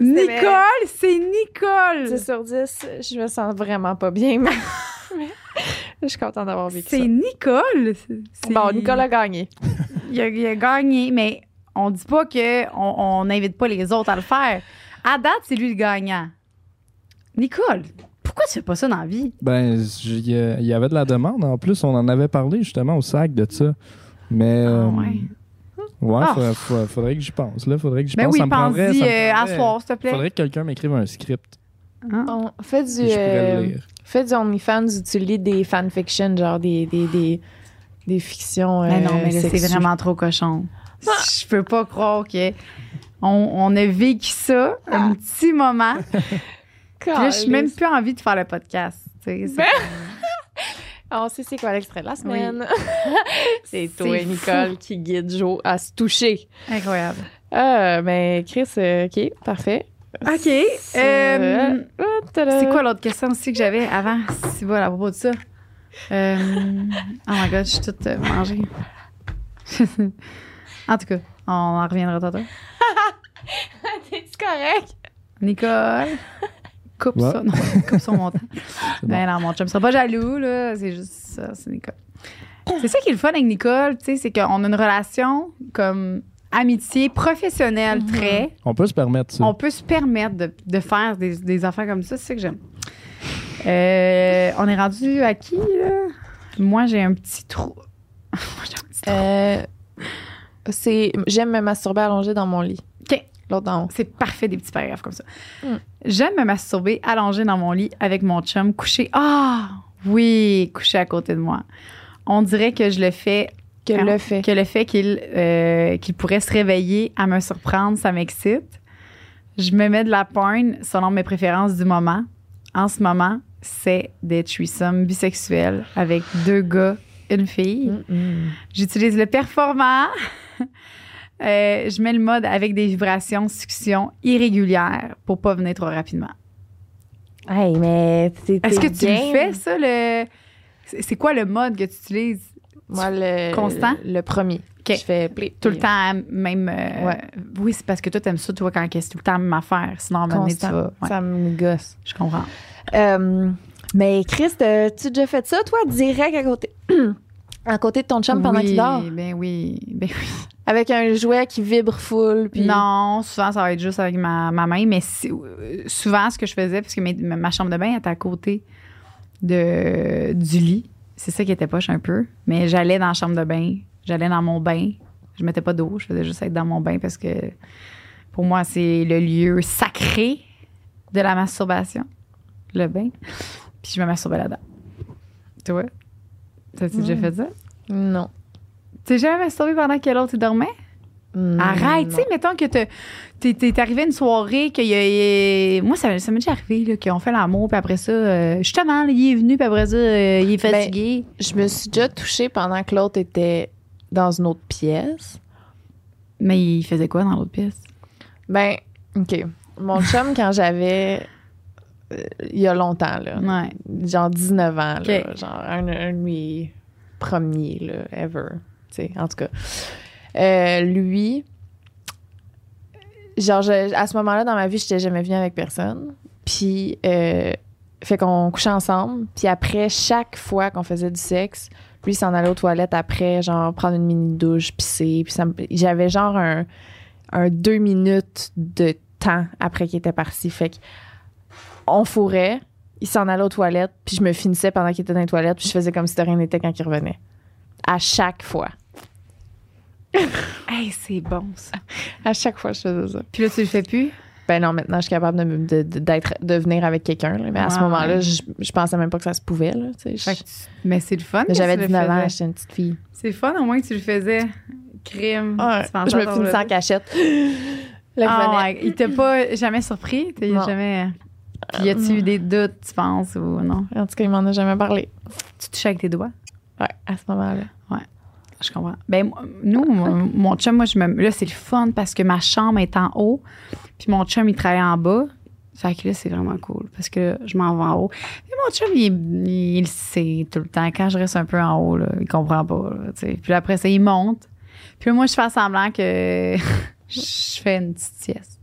Speaker 3: Nicole, c'est
Speaker 2: 10
Speaker 3: Nicole.
Speaker 2: sur 10, je me sens vraiment pas bien, mais, mais je suis contente d'avoir vécu ça.
Speaker 3: C'est Nicole. C'est- c'est-
Speaker 2: Bon, Nicole a gagné.
Speaker 3: Il a, il a gagné, mais on dit pas que on on n'invite pas les autres à le faire. À date, c'est lui le gagnant. Nicole, pourquoi tu fais pas ça dans la vie?
Speaker 4: Ben, il y a- il y avait de la demande. En plus, on en avait parlé justement au sac de ça. Mais.
Speaker 3: Ah,
Speaker 4: euh,
Speaker 3: ouais.
Speaker 4: ouais,
Speaker 3: Ah.
Speaker 4: faudrait, faudrait- faudrait que j'y pense. Là, faudrait que j'y
Speaker 3: Ben
Speaker 4: pense.
Speaker 3: oui,
Speaker 4: ça me prendrait.
Speaker 3: pense-y
Speaker 4: ça me
Speaker 3: euh, à
Speaker 4: prendrait-
Speaker 3: soir, s'il te plaît.
Speaker 4: Faudrait que quelqu'un m'écrive un script.
Speaker 3: Hein?
Speaker 2: On fait
Speaker 4: puis
Speaker 2: du.
Speaker 4: je pourrais
Speaker 2: euh,
Speaker 4: le lire.
Speaker 2: Fais du OnlyFans où tu lis des fanfictions, genre des, des, des, des fictions.
Speaker 3: Ben non,
Speaker 2: euh,
Speaker 3: mais là, c'est
Speaker 2: sexuelles.
Speaker 3: vraiment trop cochon. Je peux pas croire que on, on a vécu ça un petit moment. Puis là, je même plus envie de faire le podcast. tu sais, c'est-
Speaker 2: Ben, Ah, On sait c'est quoi l'extrait de la semaine. c'est toi,
Speaker 3: C'est
Speaker 2: Nicole, qui guide Joe à se toucher.
Speaker 3: Incroyable.
Speaker 2: Ah, ben Chris, euh, OK, parfait.
Speaker 3: OK.
Speaker 2: C'est-
Speaker 3: euh,
Speaker 2: Ah, tada.
Speaker 3: C'est quoi l'autre question aussi que j'avais avant? C'est voilà, à propos de ça. Euh, oh my god, je suis toute euh, mangée. en tout cas, on en reviendra tantôt.
Speaker 2: C'est correct?
Speaker 3: Nicole, coupe
Speaker 4: Ouais.
Speaker 3: ça. Non, coupe son montant.
Speaker 4: C'est
Speaker 3: Ben non, mon chum sera pas jaloux, là. C'est juste ça, c'est Nicole. C'est ça qui est le fun avec Nicole, tu sais, c'est qu'on a une relation comme amitié professionnelle très.
Speaker 4: On peut se permettre ça.
Speaker 3: On peut se permettre de, de faire des, des affaires comme ça, c'est ça que j'aime. Euh, on est rendu à qui, là? Moi, j'ai un petit trou. Moi, j'ai un petit trou.
Speaker 2: Euh, c'est j'aime me masturber allongée dans mon lit.
Speaker 3: OK.
Speaker 2: L'autre dans
Speaker 3: C'est parfait, des petits paragraphes comme ça.
Speaker 2: Mm.
Speaker 3: J'aime me masturber allongée dans mon lit avec mon chum couché. Ah! oui, couché à côté de moi. On dirait que je le fais
Speaker 2: que
Speaker 3: Ah,
Speaker 2: le fait.
Speaker 3: que le fait qu'il euh, qu'il pourrait se réveiller à me surprendre, ça m'excite. Je me mets de la porn selon mes préférences du moment. En ce moment, c'est des threesomes bisexuels avec deux gars, une
Speaker 2: Mm.
Speaker 3: fille. J'utilise le performant. Euh, je mets le mode avec des vibrations, succion irrégulières pour pas venir trop rapidement.
Speaker 5: Hey, mais c'est.
Speaker 3: Est-ce que tu le fais, ça? Le... C'est c'est quoi le mode que tu utilises?
Speaker 2: Moi, le,
Speaker 3: Constant?
Speaker 2: le, le premier.
Speaker 3: Ok.
Speaker 2: Je fais play.
Speaker 3: Tout le temps, même. euh,
Speaker 2: Ouais.
Speaker 3: Oui, c'est parce que toi, t'aimes ça, toi, quand c'est tout le temps la même affaire. Sinon, à un moment donné, tu
Speaker 2: Constant.
Speaker 3: vas. ouais,
Speaker 2: Ça me gosse.
Speaker 3: Je comprends.
Speaker 2: Euh,
Speaker 5: Mais Chris, t'as- tu as déjà fait ça, toi, direct à côté, à côté de ton chum pendant
Speaker 3: oui,
Speaker 5: qu'il dort?
Speaker 3: Ben oui, ben oui.
Speaker 2: avec un jouet qui vibre full. Puis
Speaker 3: Non, souvent, ça va être juste avec ma, ma main, mais si- euh, souvent, ce que je faisais, parce que mes- ma, ma chambre de bain elle était à côté de, du lit, c'est ça qui était poche un peu, mais j'allais dans la chambre de bain, j'allais dans mon bain, je mettais pas d'eau, je faisais juste être dans mon bain parce que pour moi, c'est le lieu sacré de la masturbation, le bain, puis je me masturbais là-dedans. Toi, t'as-tu déjà fait ça?
Speaker 2: Non.
Speaker 3: T'es jamais masturbé pendant que l'autre il dormait?
Speaker 2: Mm.
Speaker 3: Arrête, tu sais, mettons que t'es- t'es t'es arrivé à une soirée, que y a- y a- moi, ça, ça m'est déjà arrivé, là, qu'on fait l'amour, puis après ça, euh, justement, là, il est venu, puis après ça, euh, il est
Speaker 2: Ben,
Speaker 3: fatigué.
Speaker 2: Je me suis déjà touchée pendant que l'autre était dans une autre pièce.
Speaker 3: Mais il faisait quoi dans l'autre pièce?
Speaker 2: Ben, OK. Mon chum, quand j'avais. euh, il y a longtemps, là.
Speaker 3: Ouais.
Speaker 2: Genre 19 ans, là.
Speaker 3: OK.
Speaker 2: Genre un, un de mes premiers, là, ever. Tu sais, en tout cas. Euh, lui. Genre, je- à ce moment-là, dans ma vie, j'étais jamais venue avec personne. Puis, euh, fait qu'on couchait ensemble. Puis après, chaque fois qu'on faisait du sexe, lui il s'en allait aux toilettes après, genre prendre une mini douche, pisser. Puis ça me- j'avais genre un, un deux minutes de temps après qu'il était parti. Fait que on fourrait, il s'en allait aux toilettes, puis je me finissais pendant qu'il était dans les toilettes, puis je faisais comme si de rien n'était quand il revenait. À chaque fois.
Speaker 3: Hey, c'est bon, ça.
Speaker 2: À chaque fois, je faisais ça.
Speaker 3: Puis là, tu le fais plus?
Speaker 2: Ben non, maintenant, je suis capable de, me- de, de- d'être, de venir avec quelqu'un. là. Mais à ce
Speaker 3: Ouais.
Speaker 2: moment-là, je, je pensais même pas que ça se pouvait. Là, tu sais.
Speaker 3: Fait que tu- Mais c'est le fun. que
Speaker 2: J'avais
Speaker 3: tu le
Speaker 2: 19 ans,
Speaker 3: faisais.
Speaker 2: j'étais une petite fille.
Speaker 3: C'est le fun, au moins, que tu le faisais. Crime.
Speaker 2: Ouais,
Speaker 3: Tu pensais
Speaker 2: Ah, je me
Speaker 3: avoir
Speaker 2: finissais
Speaker 3: le-
Speaker 2: en cachette. Là, il
Speaker 3: Ah
Speaker 2: revenait.
Speaker 3: ouais, il t'a pas jamais surpris? T'as
Speaker 2: Non. Euh, mm.
Speaker 3: jamais. euh, Puis y a-tu eu des doutes, tu penses, ou non?
Speaker 2: En tout cas, il m'en a jamais parlé.
Speaker 3: Tu touches avec tes doigts?
Speaker 2: Ouais, à ce moment-là.
Speaker 3: Je comprends. Ben, moi, nous, mon- mon chum, moi, je me. Là, c'est le fun parce que ma chambre est en haut, puis mon chum, il travaille en bas. Fait que là, c'est vraiment cool parce que je m'en vais en haut. Mais mon chum, il, il le sait tout le temps. Quand je reste un peu en haut, là, il comprend pas. là, tu sais. puis là, après ça, il monte. Puis là, moi, je fais semblant que je fais une petite sieste.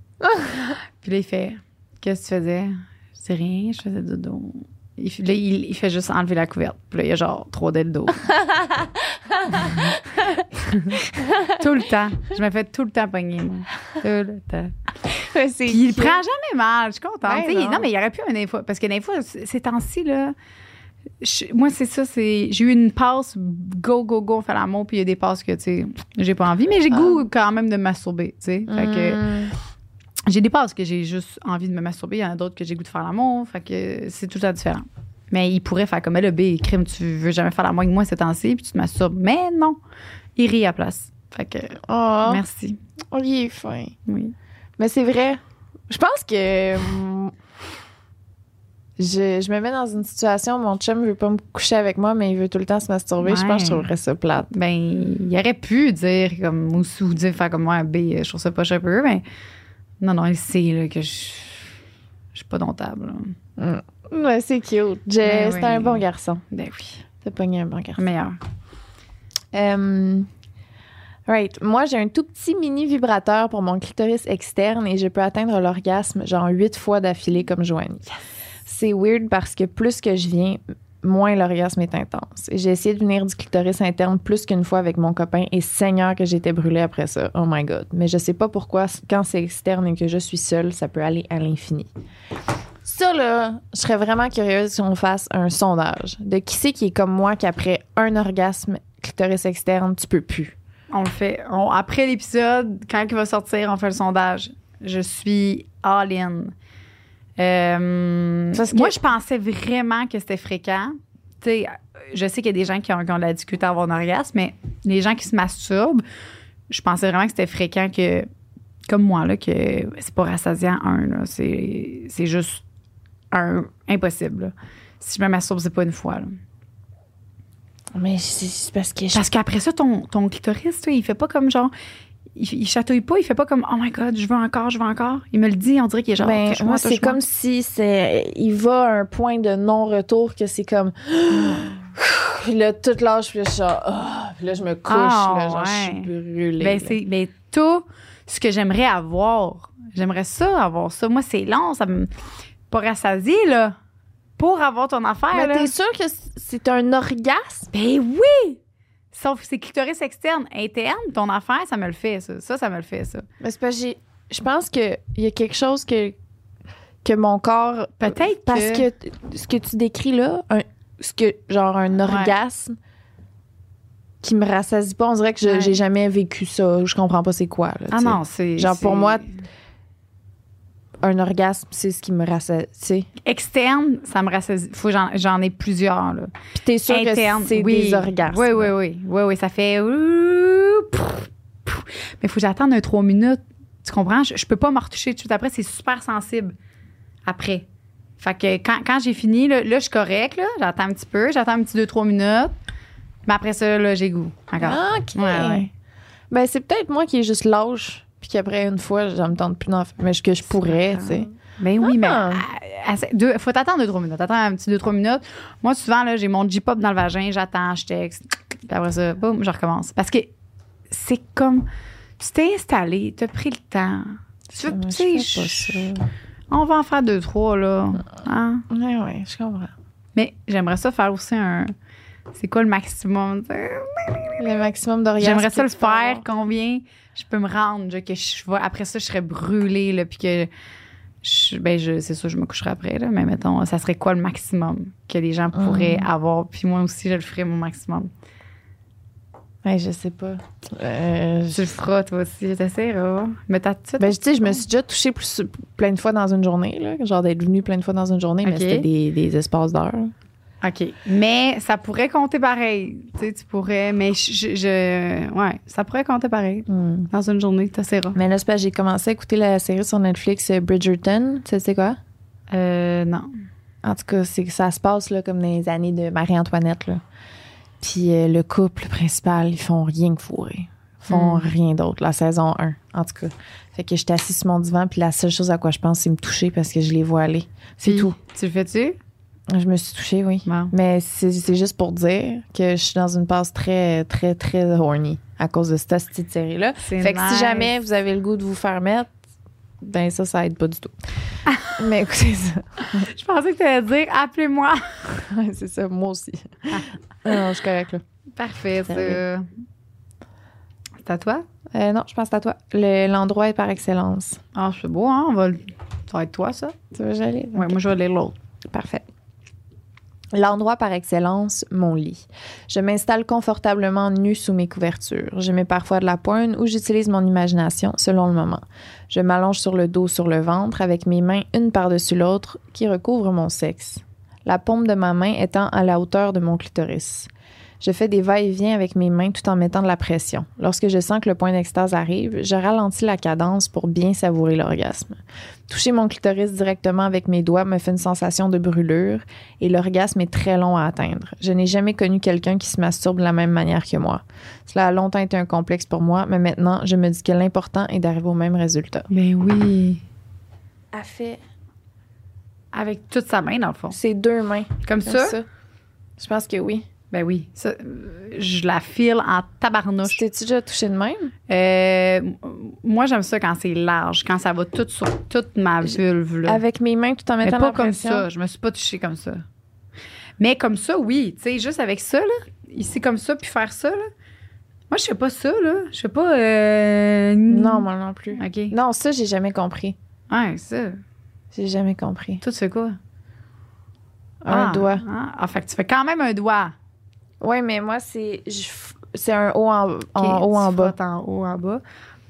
Speaker 3: puis là, il fait Qu'est-ce que tu faisais Je dis rien, je faisais dodo. Il, fait- là, il, il fait juste enlever la couverte. Puis là, il y a genre trois dés de dos. tout le temps. Je me fais tout le temps pogner, moi. Tout le temps.
Speaker 2: c'est
Speaker 3: Puis il prend jamais mal. Je suis contente.
Speaker 2: Ben
Speaker 3: Tu sais,
Speaker 2: non.
Speaker 3: non. mais il y aurait pu un info. Parce que l'info, c- ces temps-ci, là. je- moi, c'est ça. c'est J'ai eu une passe go, go, go, on fait l'amour. Puis il y a des passes que, tu sais, j'ai pas envie.
Speaker 2: Ah.
Speaker 3: Mais j'ai goût quand même de me masturber, tu sais. Fait que.
Speaker 2: Mm. Hmm.
Speaker 3: J'ai des passes que j'ai juste envie de me masturber. Il y en a d'autres que j'ai goût de faire l'amour. Fait que c'est tout le temps différent. Mais il pourrait faire comme elle, B, crime, tu veux jamais faire l'amour avec moi ces temps-ci, puis tu te masturbes. Mais non, il rit à place. Fait que,
Speaker 2: Oh,
Speaker 3: merci.
Speaker 2: il est fin.
Speaker 3: Oui.
Speaker 2: Mais c'est vrai. Je pense que. hum, Je, je me mets dans une situation où mon chum veut pas me coucher avec moi, mais il veut tout le temps se masturber. Je pense que je
Speaker 3: Ouais.
Speaker 2: trouverais ça plate.
Speaker 3: Ben, il aurait pu dire comme, ou sous dire, faire comme moi, B, je trouve ça poche un peu, mais non, non, il sait, là, que je. Je suis pas domptable. là.
Speaker 2: Ouais, c'est cute. Je-
Speaker 3: Ben
Speaker 2: c'est
Speaker 3: oui.
Speaker 2: un bon garçon.
Speaker 3: Ben oui.
Speaker 2: T'as pogné un bon garçon.
Speaker 3: Meilleur.
Speaker 2: Euh, right. Moi, j'ai un tout petit mini vibrateur pour mon clitoris externe et je peux atteindre l'orgasme genre huit fois d'affilée comme Joanie. C'est weird parce que plus que je viens, moins l'orgasme est intense. J'ai essayé de venir du clitoris interne plus qu'une fois avec mon copain et seigneur que j'étais brûlée après ça. Oh my god. Mais je sais pas pourquoi, quand c'est externe et que je suis seule, ça peut aller à l'infini. Ça, là, je serais vraiment curieuse qu'on fasse un sondage de qui c'est qui est comme moi qu'après un orgasme clitoris externe, tu peux plus.
Speaker 3: On le fait. On- après l'épisode, quand il va sortir, on fait le sondage. Je suis all-in. Euh,
Speaker 2: Parce que-
Speaker 3: Moi, je pensais vraiment que c'était fréquent. Tu sais, je sais qu'il y a des gens qui ont, qui ont de la difficulté à avoir un orgasme, mais les gens qui se masturbent, je pensais vraiment que c'était fréquent que comme moi, là, que c'est pas rassasiant un, là. C'est, c'est juste un impossible. là. Si je me masturbe, c'est pas une fois. là.
Speaker 2: Mais c'est c'est parce que je.
Speaker 3: Parce qu'après ça, ton, ton clitoris, tu sais, il fait pas comme genre. Il, il chatouille pas, il fait pas comme Oh my god, je veux encore, je veux encore. Il me le dit, on dirait qu'il est genre.
Speaker 2: Ben,
Speaker 3: Touche-moi,
Speaker 2: moi, c'est
Speaker 3: touche-moi.
Speaker 2: comme si c'est, il va à un point de non-retour que c'est comme. Puis là, toute l'âge, puis là, je suis genre. ah, puis là, je me couche,
Speaker 3: Ah,
Speaker 2: là, genre, je suis
Speaker 3: ouais.
Speaker 2: brûlée.
Speaker 3: Ben,
Speaker 2: là.
Speaker 3: c'est ben, tout ce que j'aimerais avoir. J'aimerais ça, avoir ça. Moi, c'est long, ça me. Pas rassasié, là. Pour avoir ton affaire.
Speaker 2: Mais
Speaker 3: là.
Speaker 2: t'es sûr que c'est un orgasme?
Speaker 3: Ben oui! Sauf que c'est clitoris externe. Interne, ton affaire, ça me le fait, ça. Ça, ça me le fait, ça.
Speaker 2: Mais c'est parce que j'ai- je pense qu'il y a quelque chose que, que mon corps.
Speaker 3: Peut-être
Speaker 2: Parce
Speaker 3: que-
Speaker 2: que t- ce que tu décris là, un, ce que, genre un orgasme qui me rassasie pas, on dirait que je-
Speaker 3: Ouais.
Speaker 2: j'ai jamais vécu ça. Je comprends pas c'est quoi. là, tu
Speaker 3: Ah
Speaker 2: sais.
Speaker 3: non, c'est.
Speaker 2: Genre, pour
Speaker 3: c'est-
Speaker 2: moi- Un orgasme, c'est ce qui me rassasie. tu sais.
Speaker 3: Externe, ça me rassasie. Faut que j'en- j'en ai plusieurs, là.
Speaker 2: Puis t'es sûr
Speaker 3: interne,
Speaker 2: que c'est
Speaker 3: oui.
Speaker 2: des orgasmes.
Speaker 3: Oui, oui, oui. Oui, oui, ça fait. ouh, pouf, pouf. Mais il faut que j'attende un trois minutes. Tu comprends? Je, je peux pas me retoucher tout de suite après. C'est super sensible. Après. Fait que quand, quand j'ai fini, là, là, je suis correcte. là. J'attends un petit peu. J'attends un petit 2-3 minutes. Mais après ça, là, j'ai goût. Encore.
Speaker 2: Ah, OK.
Speaker 3: Ouais, ouais.
Speaker 2: Ben, c'est peut-être moi qui est juste lâche, puis qu'après une fois, je me tente plus d'en faire. Mais que je pourrais, tu sais.
Speaker 3: Ben oui, mais
Speaker 2: Ah.
Speaker 3: à- à- deux- faut t'attendre 2-3 minutes. Attends un petit 2-3 minutes. Moi, souvent, là, j'ai mon J-pop dans le vagin, j'attends, je texte. Puis après ça, boum, je recommence. Parce que c'est comme. Tu t'es installé, t'as pris le temps. Tu veux,
Speaker 2: Moi,
Speaker 3: tu
Speaker 2: je
Speaker 3: sais,
Speaker 2: fais pas
Speaker 3: je-
Speaker 2: ça. Ah.
Speaker 3: on va en faire 2-3, là. Hein?
Speaker 2: Ouais, ouais, je comprends.
Speaker 3: Mais j'aimerais ça faire aussi un. C'est quoi le maximum? tu sais?
Speaker 2: Le maximum d'orgasme.
Speaker 3: J'aimerais ça
Speaker 2: que
Speaker 3: le
Speaker 2: tu peux avoir.
Speaker 3: faire, combien je peux me rendre, là, que je vois, après ça, je serais brûlée, là, puis que, je, ben, je, c'est sûr, je me coucherai après, là, mais mettons, ça serait quoi le maximum que les gens pourraient
Speaker 2: Ah.
Speaker 3: avoir, puis moi aussi, je le ferais mon maximum.
Speaker 2: Ouais, je sais pas. Euh,
Speaker 3: Tu le feras, toi aussi, t'essaieras, mais t'as tout
Speaker 2: ben, tu sais, je me suis déjà touchée plus, plein de fois dans une journée, là. Genre d'être venue plein de fois dans une journée, mais
Speaker 3: Ok.
Speaker 2: c'était des, des espaces d'heures.
Speaker 3: OK. Mais ça pourrait compter pareil, tu sais, tu pourrais, mais je, je- je- ouais, ça pourrait compter pareil.
Speaker 2: Hmm.
Speaker 3: Dans une journée, t'essaieras.
Speaker 2: Mais là, c'est parce que j'ai commencé à écouter la série sur Netflix euh, Bridgerton. Tu sais, c'est quoi?
Speaker 3: Euh, non.
Speaker 2: En tout cas, c'est que ça se passe là, comme dans les années de Marie-Antoinette. Là. Puis euh, le couple principal, ils font rien que fourrer. Ils font
Speaker 3: Mm.
Speaker 2: rien d'autre. La saison 1, en tout cas. Fait que j'étais assise sur mon divan, puis la seule chose à quoi je pense, c'est me toucher parce que je les vois aller. C'est
Speaker 3: Puis,
Speaker 2: tout.
Speaker 3: Tu le fais-tu?
Speaker 2: Je me suis touchée, oui.
Speaker 3: Bon.
Speaker 2: Mais c'est c'est juste pour dire que je suis dans une passe très, très, très horny à cause de cette petite série-là.
Speaker 3: C'est
Speaker 2: Fait que si
Speaker 3: nice.
Speaker 2: jamais vous avez le goût de vous faire mettre, ben ça, ça aide pas du tout. Mais écoutez ça.
Speaker 3: Je pensais que t'allais dire, appelez-moi.
Speaker 2: Ouais, c'est ça, moi aussi. Ah non, je suis correcte, là.
Speaker 3: Parfait, ça.
Speaker 2: Servi.
Speaker 3: C'est à toi?
Speaker 2: Euh, non, je pense à toi. Le- L'endroit est par excellence.
Speaker 3: Ah, c'est beau, hein? On va... le- Ça va être toi, ça?
Speaker 2: Tu veux que j'aille?
Speaker 3: Ouais, moi, je vais aller l'autre.
Speaker 2: Parfait. L'endroit par excellence, mon lit. Je m'installe confortablement nu sous mes couvertures. Je mets parfois de la poigne ou j'utilise mon imagination selon le moment. Je m'allonge sur le dos, sur le ventre, avec mes mains une par-dessus l'autre qui recouvrent mon sexe. La paume de ma main étant à la hauteur de mon clitoris. Je fais des va-et-vient avec mes mains tout en mettant de la pression. Lorsque je sens que le point d'extase arrive, je ralentis la cadence pour bien savourer l'orgasme. Toucher mon clitoris directement avec mes doigts me fait une sensation de brûlure et l'orgasme est très long à atteindre. Je n'ai jamais connu quelqu'un qui se masturbe de la même manière que moi. Cela a longtemps été un complexe pour moi, mais maintenant, je me dis que l'important est d'arriver au même résultat.
Speaker 3: Mais Ben oui.
Speaker 2: A fait
Speaker 3: Avec toute sa main, dans le fond.
Speaker 2: ses deux mains comme
Speaker 3: Comme, ça?
Speaker 2: ça. Je pense que oui.
Speaker 3: Ben oui. Ça, euh, je la file en tabarnouche.
Speaker 2: T'es-tu déjà touché de même?
Speaker 3: Euh, m- moi, j'aime ça quand c'est large, quand ça va tout sur toute ma vulve. Là.
Speaker 2: Avec mes mains tout en
Speaker 3: Mais
Speaker 2: mettant
Speaker 3: pas
Speaker 2: la
Speaker 3: comme
Speaker 2: pression?
Speaker 3: ça. Je me suis pas touchée comme ça. Mais comme ça, oui. Tu sais, juste avec ça, là, ici comme ça, puis faire ça, là. Moi, je fais pas ça, là. Je fais pas. euh,
Speaker 2: Non, moi non plus.
Speaker 3: OK.
Speaker 2: Non, ça, j'ai jamais compris.
Speaker 3: Ouais, ça.
Speaker 2: J'ai jamais compris.
Speaker 3: Toi, tu fais quoi?
Speaker 2: Un
Speaker 3: Ah,
Speaker 2: doigt.
Speaker 3: Ah, Ah, fait que tu fais quand même un doigt.
Speaker 2: Ouais, mais moi, c'est je f- c'est un haut en, en
Speaker 3: Ok,
Speaker 2: haut
Speaker 3: tu
Speaker 2: en bas.
Speaker 3: frottes En haut, en bas.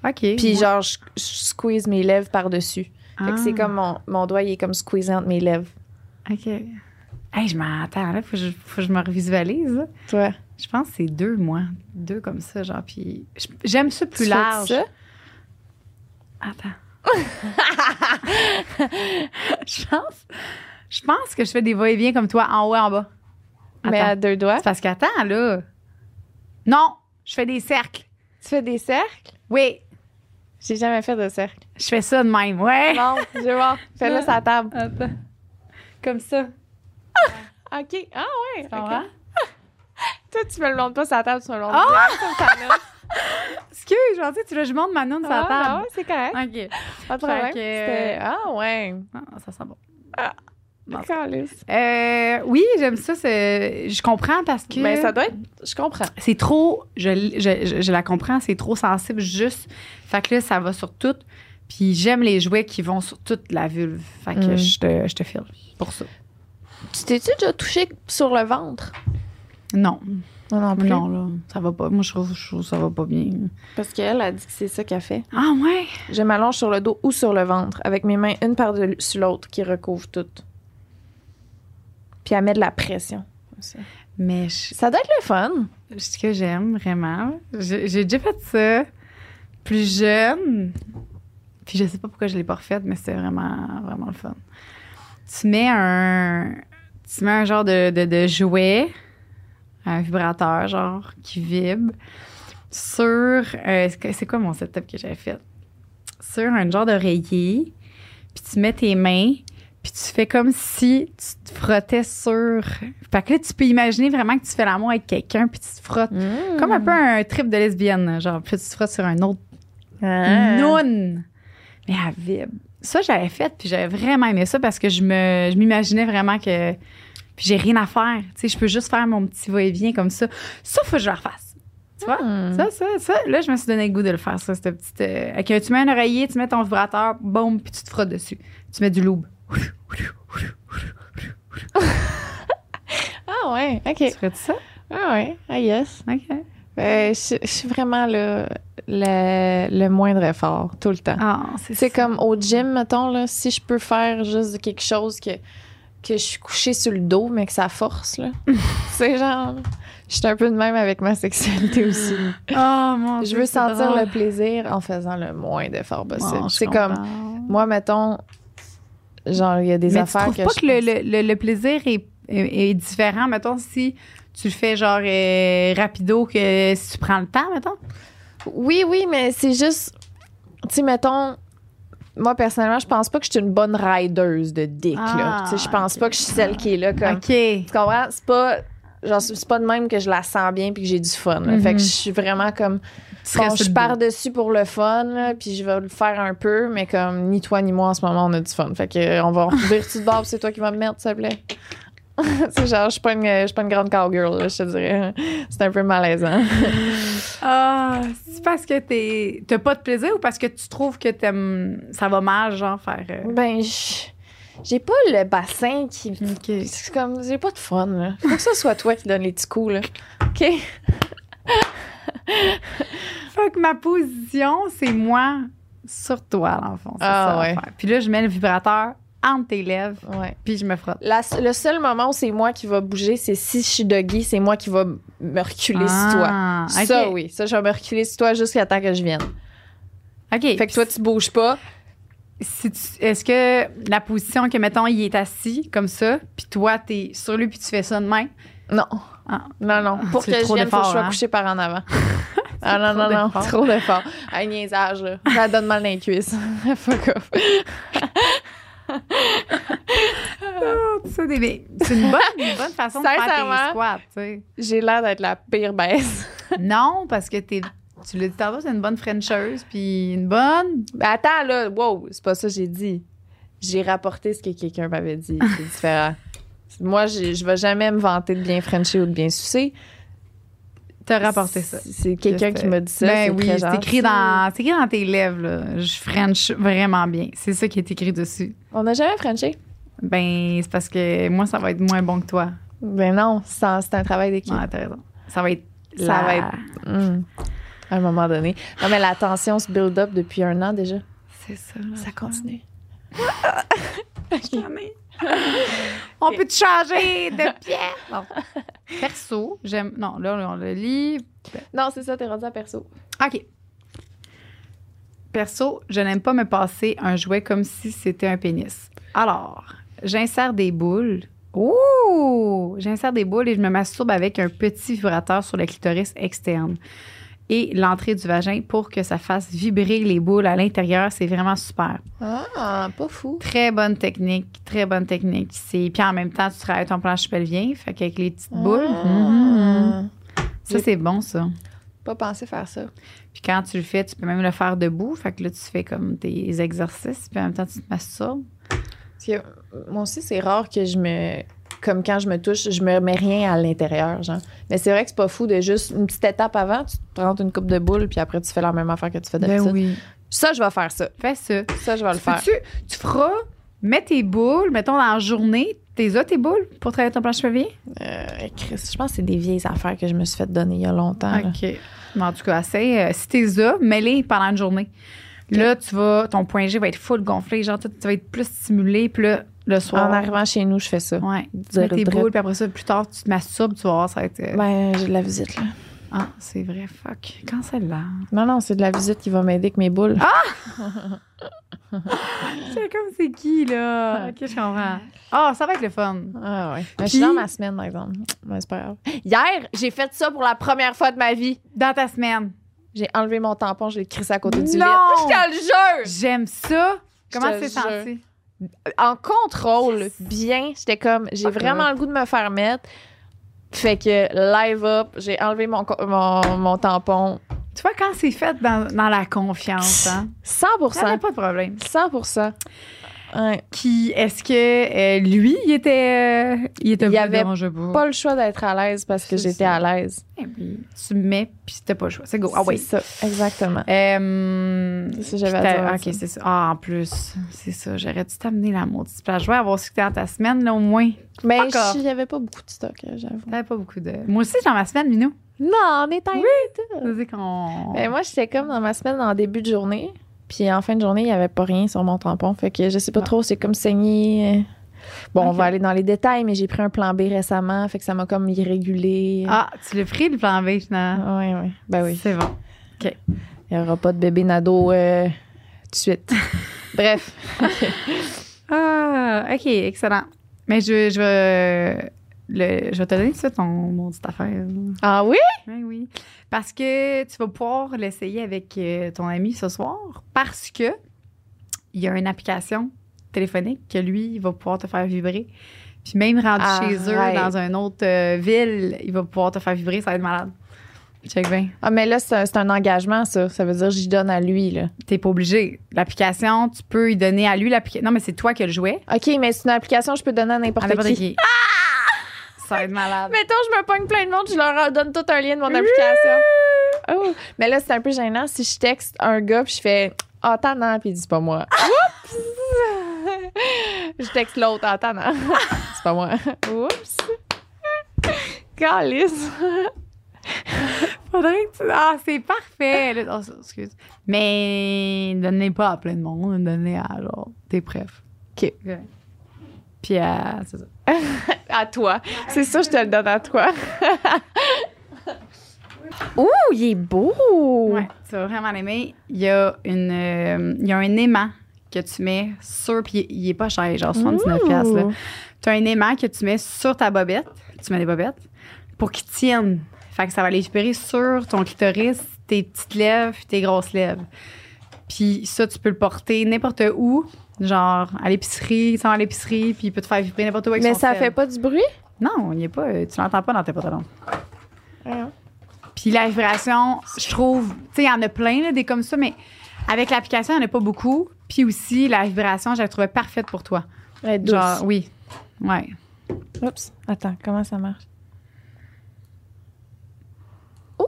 Speaker 3: OK.
Speaker 2: Puis genre, je, je squeeze mes lèvres par-dessus. Fait que c'est
Speaker 3: Ah,
Speaker 2: comme mon, mon doigt, il est comme squeezé entre mes lèvres.
Speaker 3: OK. Hey, je m'attends, là. Faut que je, faut que je me revisualise. là.
Speaker 2: Toi,
Speaker 3: Je pense que c'est deux, moi. Deux comme ça, genre. Puis je- j'aime ça
Speaker 2: tu
Speaker 3: plus
Speaker 2: fais
Speaker 3: large.
Speaker 2: ça?
Speaker 3: Attends. je pense. Je pense que je fais des va-et-vient comme toi, en haut et en bas.
Speaker 2: Mais
Speaker 3: Attends.
Speaker 2: à deux doigts.
Speaker 3: C'est parce qu'attends, là. Non, je fais des cercles.
Speaker 2: Tu fais des cercles?
Speaker 3: Oui,
Speaker 2: J'ai jamais fait de cercle.
Speaker 3: je fais ça de même, ouais.
Speaker 2: Non, je vais voir. Fais-le sur la table.
Speaker 3: Attends. Comme ça.
Speaker 2: OK. Ah ouais.
Speaker 3: Tu comprends?
Speaker 2: ok. Toi, tu me le montres pas sur la table, tu me le montres.
Speaker 3: Ah!
Speaker 2: direct sur ta note.
Speaker 3: Excuse, je pensais que tu veux que je monte ma noune sur
Speaker 2: Ah,
Speaker 3: la
Speaker 2: ouais,
Speaker 3: table.
Speaker 2: ouais, c'est correct.
Speaker 3: OK.
Speaker 2: Pas de problème.
Speaker 3: que-
Speaker 2: C'était- Ah ouais.
Speaker 3: Ah, ça sent bon. Bon.
Speaker 2: Calisse.
Speaker 3: Euh, oui, j'aime ça. c'est- Je comprends parce que.
Speaker 2: Mais Ben, ça doit être. Je comprends.
Speaker 3: C'est trop. Je, je- je- je la comprends, c'est trop sensible, juste. Fait que là, ça va sur tout. Puis j'aime les jouets qui vont sur toute la vulve. Fait que
Speaker 2: Mm.
Speaker 3: je te, je te file pour ça.
Speaker 2: Tu t'es-tu déjà touché sur le ventre?
Speaker 3: Non,
Speaker 2: Non, non
Speaker 3: non, là, ça va pas. Moi, je trouve, je trouve ça va pas bien.
Speaker 2: Parce qu'elle a dit que c'est ça qu'elle fait.
Speaker 3: Ah, ouais?
Speaker 2: Je m'allonge sur le dos ou sur le ventre, avec mes mains une par-dessus l'autre qui recouvre tout. Puis elle met de la pression.
Speaker 3: Mais je,
Speaker 2: Ça doit être le fun.
Speaker 3: ce que j'aime vraiment, j'ai j'ai déjà fait ça plus jeune. Puis je sais pas pourquoi je l'ai pas refaite, mais c'était vraiment, vraiment le fun. Tu mets un, tu mets un genre de, de, de jouet, un vibrateur genre qui vibre sur, euh, c'est quoi- c'est quoi mon setup que j'avais fait Sur un genre d'oreiller. Puis tu mets tes mains. Puis tu fais comme si tu te frottais sur. Fait que là, tu peux imaginer vraiment que tu fais l'amour avec quelqu'un, puis tu te frottes.
Speaker 2: Hmm.
Speaker 3: Comme un peu un trip de lesbienne, genre, puis tu te frottes sur un autre
Speaker 2: Non.
Speaker 3: noun. Mais à vibre. Ça, j'avais fait, puis j'avais vraiment aimé ça parce que je me, je m'imaginais vraiment que. Puis j'ai rien à faire. Tu sais, je peux juste faire mon petit va-et-vient comme ça. Ça, faut que je le refasse. Tu vois?
Speaker 2: Hmm.
Speaker 3: Ça, ça, ça. Là, je me suis donné le goût de le faire, ça, cette petite. euh, avec un- tu mets un oreiller, tu mets ton vibrateur, boum, puis tu te frottes dessus. Tu mets du lube.
Speaker 2: Ah ouais,
Speaker 3: Tu
Speaker 2: ok.
Speaker 3: ferais ça?
Speaker 2: Ah ouais, ah yes.
Speaker 3: OK.
Speaker 2: Euh, je je suis vraiment le, le, le moindre effort, tout le temps.
Speaker 3: Ah, c'est
Speaker 2: C'est
Speaker 3: ça.
Speaker 2: comme au gym, mettons, là, si je peux faire juste quelque chose que, que je suis couchée sur le dos, mais que ça force, là. c'est genre. Je suis un peu de même avec ma sexualité aussi.
Speaker 3: Oh mon
Speaker 2: Je
Speaker 3: Dieu,
Speaker 2: veux
Speaker 3: c'est
Speaker 2: sentir
Speaker 3: drôle.
Speaker 2: le plaisir en faisant le moins d'efforts possible.
Speaker 3: Bon, je
Speaker 2: c'est comme,
Speaker 3: comprends.
Speaker 2: moi, mettons, genre, il y a des
Speaker 3: Mais tu
Speaker 2: affaires
Speaker 3: trouves
Speaker 2: que.
Speaker 3: pas
Speaker 2: je
Speaker 3: que le,
Speaker 2: pense-
Speaker 3: le, le- le plaisir est, est- est différent, mettons, si tu le fais genre euh, rapido que si tu prends le temps, mettons?
Speaker 2: Oui, oui, mais c'est juste. Tu sais, mettons. Moi, personnellement, je pense pas que je suis une bonne rideuse de dick, là.
Speaker 3: Ah,
Speaker 2: Tu sais, je pense
Speaker 3: ok.
Speaker 2: pas que je suis celle qui est là comme.
Speaker 3: OK.
Speaker 2: Tu comprends? C'est pas. Genre, c'est pas de même que je la sens bien puis que j'ai du fun. là.
Speaker 3: Mhm.
Speaker 2: Fait que je suis vraiment comme.
Speaker 3: Tu serais
Speaker 2: bon,
Speaker 3: sur
Speaker 2: je
Speaker 3: le
Speaker 2: pars
Speaker 3: dos.
Speaker 2: dessus pour le fun, là, puis je vais le faire un peu, mais comme ni toi ni moi en ce moment, on a du fun. Fait que euh, on va virer dessus de bord puis c'est toi qui vas me mettre, s'il te plaît. c'est genre, je suis pas une, je suis pas une grande cowgirl, là, je te dirais. C'est un peu malaisant.
Speaker 3: Ah, c'est parce que t'es- t'as pas de plaisir ou parce que tu trouves que t'aimes, ça va mal, genre, faire. euh,
Speaker 2: Ben, je- j'ai pas le bassin qui.
Speaker 3: OK.
Speaker 2: C'est comme, j'ai pas de fun, là. Faut que ça soit toi qui donne les petits coups, là. OK?
Speaker 3: Fait que ma position, c'est moi sur toi, dans le fond. c'est
Speaker 2: Ah,
Speaker 3: ça,
Speaker 2: ouais.
Speaker 3: l'affaire. Puis là, je mets le vibrateur entre tes lèvres,
Speaker 2: Ouais.
Speaker 3: puis je me frotte.
Speaker 2: La- le seul moment où c'est moi qui va bouger, c'est si je suis doggy, c'est moi qui va me reculer sur toi.
Speaker 3: Ah, OK.
Speaker 2: Ça, oui. Ça, je vais me reculer sur toi jusqu'à temps que je vienne.
Speaker 3: OK.
Speaker 2: Fait que toi, tu bouges pas.
Speaker 3: Si tu- Est-ce que la position que, mettons, il est assis comme ça, puis toi, t'es sur lui, puis tu fais ça de main?
Speaker 2: Non.
Speaker 3: Ah.
Speaker 2: Non, non. Pour que
Speaker 3: C'est
Speaker 2: je
Speaker 3: trop
Speaker 2: vienne, faut que je
Speaker 3: d'efforts,
Speaker 2: sois
Speaker 3: hein.
Speaker 2: couchée par en avant. ah non, non,
Speaker 3: trop
Speaker 2: non.
Speaker 3: d'efforts.
Speaker 2: Trop d'efforts. Un niaisage, là. Ça donne mal dans les cuisses. Fuck off.
Speaker 3: Ça, des- mais C'est une bonne, une bonne façon de faire
Speaker 2: Sincèrement.
Speaker 3: tes squats, tu sais.
Speaker 2: J'ai l'air d'être la pire baisse.
Speaker 3: Non, parce que t'es... Tu l'as dit tantôt, c'est une bonne Frencheuse, puis une bonne.
Speaker 2: Ben, Attends, là, wow, c'est pas ça que j'ai dit. J'ai rapporté ce que quelqu'un m'avait dit. C'est différent. Moi, j'ai- je vais jamais me vanter de bien Frencher ou de bien sucer.
Speaker 3: T'as rapporté ça.
Speaker 2: C'est- C'est quelqu'un
Speaker 3: Juste,
Speaker 2: qui m'a dit ça.
Speaker 3: Ben oui,
Speaker 2: très
Speaker 3: c'est écrit,
Speaker 2: gentil.
Speaker 3: dans, c'est écrit dans tes lèvres, là. Je French vraiment bien. C'est ça qui est écrit dessus.
Speaker 2: On n'a jamais Frenché?
Speaker 3: Ben, c'est parce que moi, ça va être moins bon que toi.
Speaker 2: Ben non, c'est un c'est un travail d'équipe.
Speaker 3: Ouais, t'as raison. Ça va être.
Speaker 2: Ça
Speaker 3: la-
Speaker 2: va être- Hmm. À un moment donné. Non, mais la tension se build up depuis un an déjà. Ah.
Speaker 3: C'est ça.
Speaker 2: Ça continue.
Speaker 3: On peut te changer de pierre. Non. Perso, j'aime. Non, là, on le lit.
Speaker 2: Non, c'est ça, t'es rendu à perso.
Speaker 3: OK. Perso, je n'aime pas me passer un jouet comme si c'était un pénis. Alors, j'insère des boules. Ouh! J'insère des boules et je me masturbe avec un petit vibrateur sur le clitoris externe et l'entrée du vagin pour que ça fasse vibrer les boules à l'intérieur. C'est vraiment super.
Speaker 2: Ah, pas fou.
Speaker 3: Très bonne technique, très bonne technique. C'est puis en même temps, tu travailles ton planche pelvien, fait qu'avec les
Speaker 2: Ah.
Speaker 3: petites boules. mhm.
Speaker 2: Mm-hmm.
Speaker 3: Ça
Speaker 2: J'ai-
Speaker 3: c'est bon ça.
Speaker 2: Ah. Pas pensé faire ça.
Speaker 3: Puis quand tu le fais, tu peux même le faire debout, fait que là tu fais comme des exercices, puis en même temps tu te masturbes.
Speaker 2: Parce que euh, moi aussi, c'est rare que je me. Comme quand je me touche, je me mets rien à l'intérieur, genre. Mais c'est vrai que c'est pas fou de juste une petite étape avant, tu te prends une coupe de boule, puis après, tu fais la même affaire que tu fais d'habitude.
Speaker 3: oui.
Speaker 2: Ça, je vais faire ça.
Speaker 3: Fais ça.
Speaker 2: Ça, je vais le
Speaker 3: Tu
Speaker 2: faire.
Speaker 3: peux-tu- tu feras mets tes boules, mettons dans la journée, t'es là tes boules pour travailler ton planche pelvien.
Speaker 2: Euh, Chris, je pense que c'est des vieilles affaires que je me suis fait donner il y a longtemps. là.
Speaker 3: OK. Mais en tout cas, assez. euh, si t'es là, mets-les pendant une journée. Là, tu vas, ton point G va être full gonflé, genre, tu tu vas être plus stimulé, puis là, le soir.
Speaker 2: En arrivant chez nous, je fais ça.
Speaker 3: ouais, tu mets
Speaker 2: Direct,
Speaker 3: tes
Speaker 2: direct.
Speaker 3: boules, puis après ça, plus tard, tu te masturbes, tu vas voir, ça va être. euh,
Speaker 2: Ben, j'ai de la visite, là.
Speaker 3: Ah, c'est vrai, fuck. Quand celle-là?
Speaker 2: Non, non, c'est de la visite qui va m'aider avec mes boules. Ah!
Speaker 3: C'est comme c'est qui, là? Ok, je comprends. Ah, ça va être le fun.
Speaker 2: ouais. Ben, je suis
Speaker 3: Puis-
Speaker 2: dans ma semaine, par exemple. Ben, c'est pas grave. Hier, j'ai fait ça pour la première fois de ma vie.
Speaker 3: Dans ta semaine.
Speaker 2: J'ai enlevé mon tampon, je l'ai crissé à côté du lit.
Speaker 3: Non!
Speaker 2: Je te le jure!
Speaker 3: J'aime ça.
Speaker 2: Je
Speaker 3: Comment
Speaker 2: te
Speaker 3: c'est
Speaker 2: jure.
Speaker 3: senti?
Speaker 2: En contrôle, bien. J'étais comme, j'ai
Speaker 3: Ah,
Speaker 2: vraiment le goût de me faire mettre. Fait que live up, j'ai enlevé mon, co- mon, mon tampon.
Speaker 3: Tu vois, quand c'est fait dans, dans la confiance, hein? Ça n'a
Speaker 2: 100%.
Speaker 3: pas de problème.
Speaker 2: 100%. Ouais.
Speaker 3: Qui est-ce que euh, lui, il était, euh, il était
Speaker 2: Il
Speaker 3: venu
Speaker 2: avait
Speaker 3: dans mon jeu pour-
Speaker 2: Pas le choix d'être à l'aise parce que
Speaker 3: Mm. C'est
Speaker 2: j'étais
Speaker 3: ça.
Speaker 2: à l'aise.
Speaker 3: Eh oui, Tu me mets puis t'as pas le choix. C'est go. Ah
Speaker 2: C'est
Speaker 3: oui.
Speaker 2: ça, exactement.
Speaker 3: Euh,
Speaker 2: C'est ça que j'avais
Speaker 3: puis
Speaker 2: à
Speaker 3: t'as-
Speaker 2: dire,
Speaker 3: Ok,
Speaker 2: ça.
Speaker 3: c'est ça. Ah, en plus, c'est ça. J'aurais dû t'amener la maudite plage. Je vais avoir ce que t'as dans ta semaine, là, au moins.
Speaker 2: Mais
Speaker 3: Encore.
Speaker 2: il n'y avait pas beaucoup de stock, euh, j'avoue.
Speaker 3: T'avais pas beaucoup de. Moi aussi, dans ma semaine, Minou.
Speaker 2: Non, on est en
Speaker 3: Vas-y qu'on.
Speaker 2: Ah. Ben, moi, j'étais comme dans ma semaine en début de journée. Puis en fin de journée, il n'y avait pas rien sur mon tampon. Fait que je sais pas
Speaker 3: Ah.
Speaker 2: trop, c'est comme saigner. Bon, on
Speaker 3: Ok.
Speaker 2: va aller dans les détails, mais j'ai pris un plan B récemment. Fait que ça m'a comme irrégulé.
Speaker 3: Ah, tu l'as pris, le plan B, finalement.
Speaker 2: Ouais, ouais. Ben oui.
Speaker 3: C'est bon.
Speaker 2: Il n'y aura pas de bébé nado euh, tout de suite. Bref.
Speaker 3: Ah, ok, excellent. Mais je, je vais. le- je vais te donner tout de suite ton maudite affaire.
Speaker 2: Ah oui?
Speaker 3: Oui, Ben oui. Parce que tu vas pouvoir l'essayer avec euh, ton ami ce soir parce que il y a une application téléphonique que lui, il va pouvoir te faire vibrer. Puis même rendu chez eux
Speaker 2: Arrête.
Speaker 3: dans une autre euh, ville, il va pouvoir te faire vibrer, ça va être malade. Check bien.
Speaker 2: Ah, mais là, c'est un, c'est un engagement, ça. Ça veut dire que j'y donne à lui, là.
Speaker 3: T'es pas obligé. L'application, tu peux y donner à lui l'application. Non, mais c'est toi qui as le jouet.
Speaker 2: OK, mais c'est une application, je peux donner à
Speaker 3: À
Speaker 2: n'importe
Speaker 3: n'importe
Speaker 2: qui.
Speaker 3: qui. Ah! Ça va être malade.
Speaker 2: Mettons, je me pogne plein de monde, je leur donne tout un lien de mon application. Oh. Mais là, c'est un peu gênant si je texte un gars puis je fais Ah, t'en as, puis il dit C'est pas moi. Oups! je texte l'autre, Ah, t'en as. c'est pas moi. Oups! Calice!
Speaker 3: Faudrait que tu- Ah, c'est parfait. Là, oh, excuse. Mais donne-les pas à plein de monde. Donne-les à genre tes prefs.
Speaker 2: OK.
Speaker 3: Ouais. Puis à. C'est ça.
Speaker 2: À toi. C'est ça, je te le donne à toi. Ouh, il est beau!
Speaker 3: Ouais, tu vas vraiment l'aimer. Il y a une, euh, il y a un aimant que tu mets sur. Puis il il est pas cher, genre 79$. piastres, là. Tu as un aimant que tu mets sur ta bobette. Tu mets des bobettes pour qu'ils tiennent. Fait que ça va les vibrer sur ton clitoris, tes petites lèvres, tes grosses lèvres. Puis ça, tu peux le porter n'importe où, genre à l'épicerie, sans à l'épicerie, puis il peut te faire vibrer n'importe où avec
Speaker 2: Mais
Speaker 3: son
Speaker 2: ça
Speaker 3: sel.
Speaker 2: fait pas du bruit?
Speaker 3: Non, il est pas, euh, tu l'entends pas dans tes pantalons. Puis la vibration, je trouve, tu sais, il y en a plein, là, des comme ça, mais avec l'application, il n'y en a pas beaucoup. Puis aussi, la vibration, je la trouvais parfaite pour toi.
Speaker 2: Ouais, douce.
Speaker 3: Genre, oui. Ouais.
Speaker 2: Oups, attends, comment ça marche? Oh!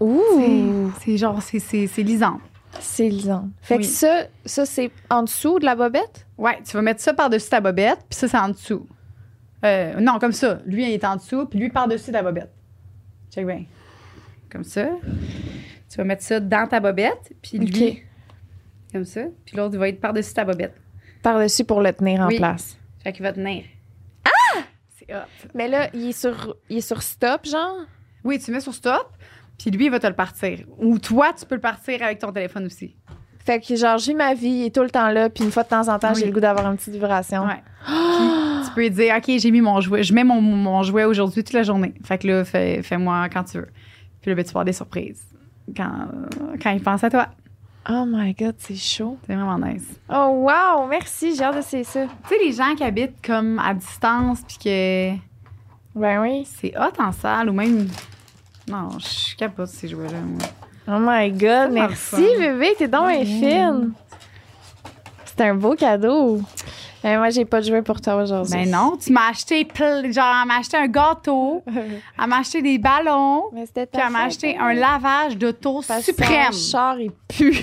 Speaker 2: Ouh!
Speaker 3: C'est- C'est genre, c'est- c'est c'est lisant.
Speaker 2: C'est lisant. Fait
Speaker 3: Oui.
Speaker 2: que ça, ça c'est en dessous de la bobette?
Speaker 3: Ouais, tu vas mettre ça par-dessus ta bobette, puis ça, c'est en dessous. Euh, non, comme ça. Lui, il est en dessous, puis lui, par-dessus ta bobette. Check bien. Comme ça. Tu vas mettre ça dans ta bobette, puis lui,
Speaker 2: Ok.
Speaker 3: comme ça. Puis l'autre, il va être par-dessus ta bobette.
Speaker 2: Par-dessus pour le tenir en
Speaker 3: Oui.
Speaker 2: place.
Speaker 3: Fait qu'il va tenir. Ah! C'est hot.
Speaker 2: Mais là, il est sur, il est sur stop, genre?
Speaker 3: Oui, tu mets sur stop, puis lui, il va te le partir. Ou toi, tu peux le partir avec ton téléphone aussi.
Speaker 2: Fait que genre, je vis ma vie, il est tout le temps là, puis une fois de temps en temps,
Speaker 3: Oui.
Speaker 2: j'ai le goût d'avoir une petite vibration.
Speaker 3: Ouais. Puis, tu peux lui dire, OK, j'ai mis mon jouet, je mets mon, mon jouet aujourd'hui toute la journée. Fait que là, fais- fais-moi quand tu veux. Puis là, ben, tu vas avoir des surprises quand, quand il pense à toi.
Speaker 2: Oh my god, c'est chaud.
Speaker 3: C'est vraiment nice.
Speaker 2: Oh wow, merci, j'ai hâte d'essayer ça.
Speaker 3: Tu sais, les gens qui habitent comme à distance, puis que
Speaker 2: Ben oui.
Speaker 3: c'est hot en salle, ou même. Non, je suis capable de ces jouets-là, moi.
Speaker 2: Oh my god,
Speaker 3: Tellement
Speaker 2: merci
Speaker 3: le fun.
Speaker 2: bébé, t'es donc bien fine. C'est un beau cadeau. Mais moi, j'ai pas de jouet pour toi aujourd'hui.
Speaker 3: Ben non, tu m'as acheté, ple- genre, elle m'a acheté un gâteau, elle m'a acheté des ballons,
Speaker 2: Mais c'était ta
Speaker 3: puis elle m'a
Speaker 2: fête,
Speaker 3: acheté
Speaker 2: hein.
Speaker 3: un lavage d'auto
Speaker 2: Parce que
Speaker 3: suprême.
Speaker 2: son char, il pue.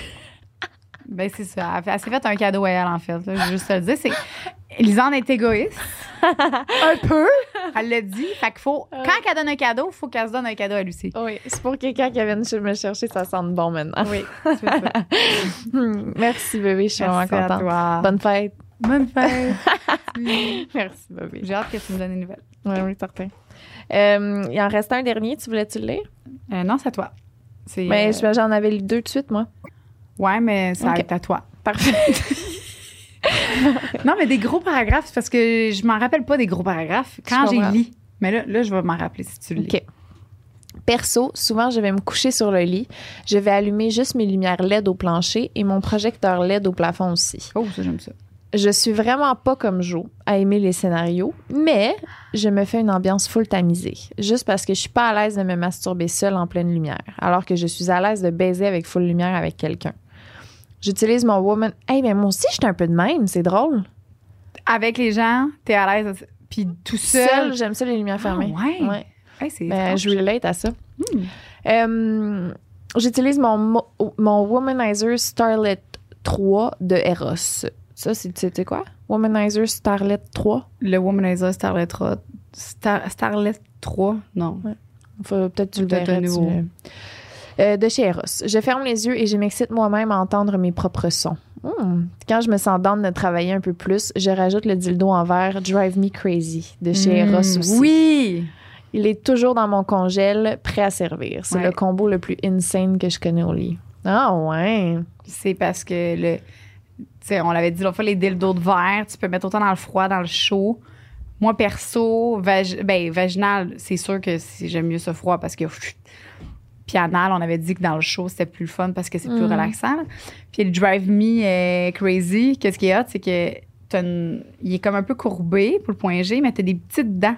Speaker 3: Ben, c'est ça. Elle, fait- elle s'est fait un cadeau à elle, en fait. là. Je veux juste te le dire. C'est... Lisanne est égoïste. un peu. Elle l'a dit. Fait qu'il faut.
Speaker 2: Euh.
Speaker 3: Quand elle donne un cadeau, il faut qu'elle se donne un cadeau à Lucie.
Speaker 2: Oui, c'est pour quelqu'un qui vienne chez- me chercher, ça sent bon maintenant.
Speaker 3: Oui, c'est ça.
Speaker 2: Hmm, merci bébé, je suis vraiment
Speaker 3: Merci à
Speaker 2: contente.
Speaker 3: toi.
Speaker 2: Bonne fête.
Speaker 3: Bonne fête.
Speaker 2: Merci bébé.
Speaker 3: J'ai hâte que tu me donnes une nouvelle.
Speaker 2: Oui, oui, certain. Euh, il en reste un dernier, tu voulais-tu le lire?
Speaker 3: Euh, non, c'est à toi. C'est,
Speaker 2: Mais
Speaker 3: euh,
Speaker 2: j'en avais lu deux de suite, moi.
Speaker 3: Ouais, mais ça
Speaker 2: Ben, Ok.
Speaker 3: arrête à toi.
Speaker 2: Parfait.
Speaker 3: Non, mais des gros paragraphes, c'est parce que je m'en rappelle pas des gros paragraphes quand
Speaker 2: Je
Speaker 3: j'ai
Speaker 2: comprends.
Speaker 3: lu. Mais là, là, je vais m'en rappeler si tu le lis.
Speaker 2: OK. Perso, souvent, je vais me coucher sur le lit. Je vais allumer juste mes lumières LED au plancher et mon projecteur LED au plafond aussi.
Speaker 3: Oh, ça, j'aime ça.
Speaker 2: Je suis vraiment pas comme Jo à aimer les scénarios, mais je me fais une ambiance full tamisée, juste parce que je suis pas à l'aise de me masturber seule en pleine lumière, alors que je suis à l'aise de baiser avec full lumière avec quelqu'un. J'utilise mon woman. Hey, mais moi aussi, je suis un peu de même, c'est drôle.
Speaker 3: Avec les gens, t'es à l'aise. Puis tout seul.
Speaker 2: Seule, j'aime ça les lumières fermées.
Speaker 3: Ah, ouais.
Speaker 2: Ouais.
Speaker 3: Hey, c'est
Speaker 2: Ben,
Speaker 3: étrange.
Speaker 2: je relate à ça. Hmm. Euh, J'utilise mon, mo- mon Womanizer Starlet 3 de Eros. Ça, c'est tu sais quoi? Womanizer Starlet 3.
Speaker 3: Le Womanizer Starlet 3. Star- Starlet 3, non.
Speaker 2: Faut- Peut-être tu le
Speaker 3: Peut-être
Speaker 2: verras,
Speaker 3: un
Speaker 2: tu
Speaker 3: nouveau.
Speaker 2: le- Euh, de chez Eros. Je ferme les yeux et je m'excite moi-même à entendre mes propres sons. Hmm. Quand je me sens down de travailler un peu plus, je rajoute le dildo en verre Drive Me Crazy de chez Eros
Speaker 3: Mm,
Speaker 2: aussi.
Speaker 3: Oui!
Speaker 2: Il est toujours dans mon congèle, prêt à servir. C'est
Speaker 3: Ouais.
Speaker 2: le combo le plus insane que je connais au lit. Ah ouais!
Speaker 3: C'est parce que le. Tu sais, on l'avait dit l'autre fois, les dildos de verre, tu peux mettre autant dans le froid, dans le chaud. Moi, perso, vag- ben, vaginal, c'est sûr que si- j'aime mieux ce froid parce que. Puis anal, on avait dit que dans le chaud, c'était plus le fun parce que c'est plus
Speaker 2: Mhm.
Speaker 3: relaxant. là. Puis le Drive Me euh, Crazy, qu'est-ce qu'il y a? C'est que. t'as une- il est comme un peu courbé pour le point G, mais t'as des petites dents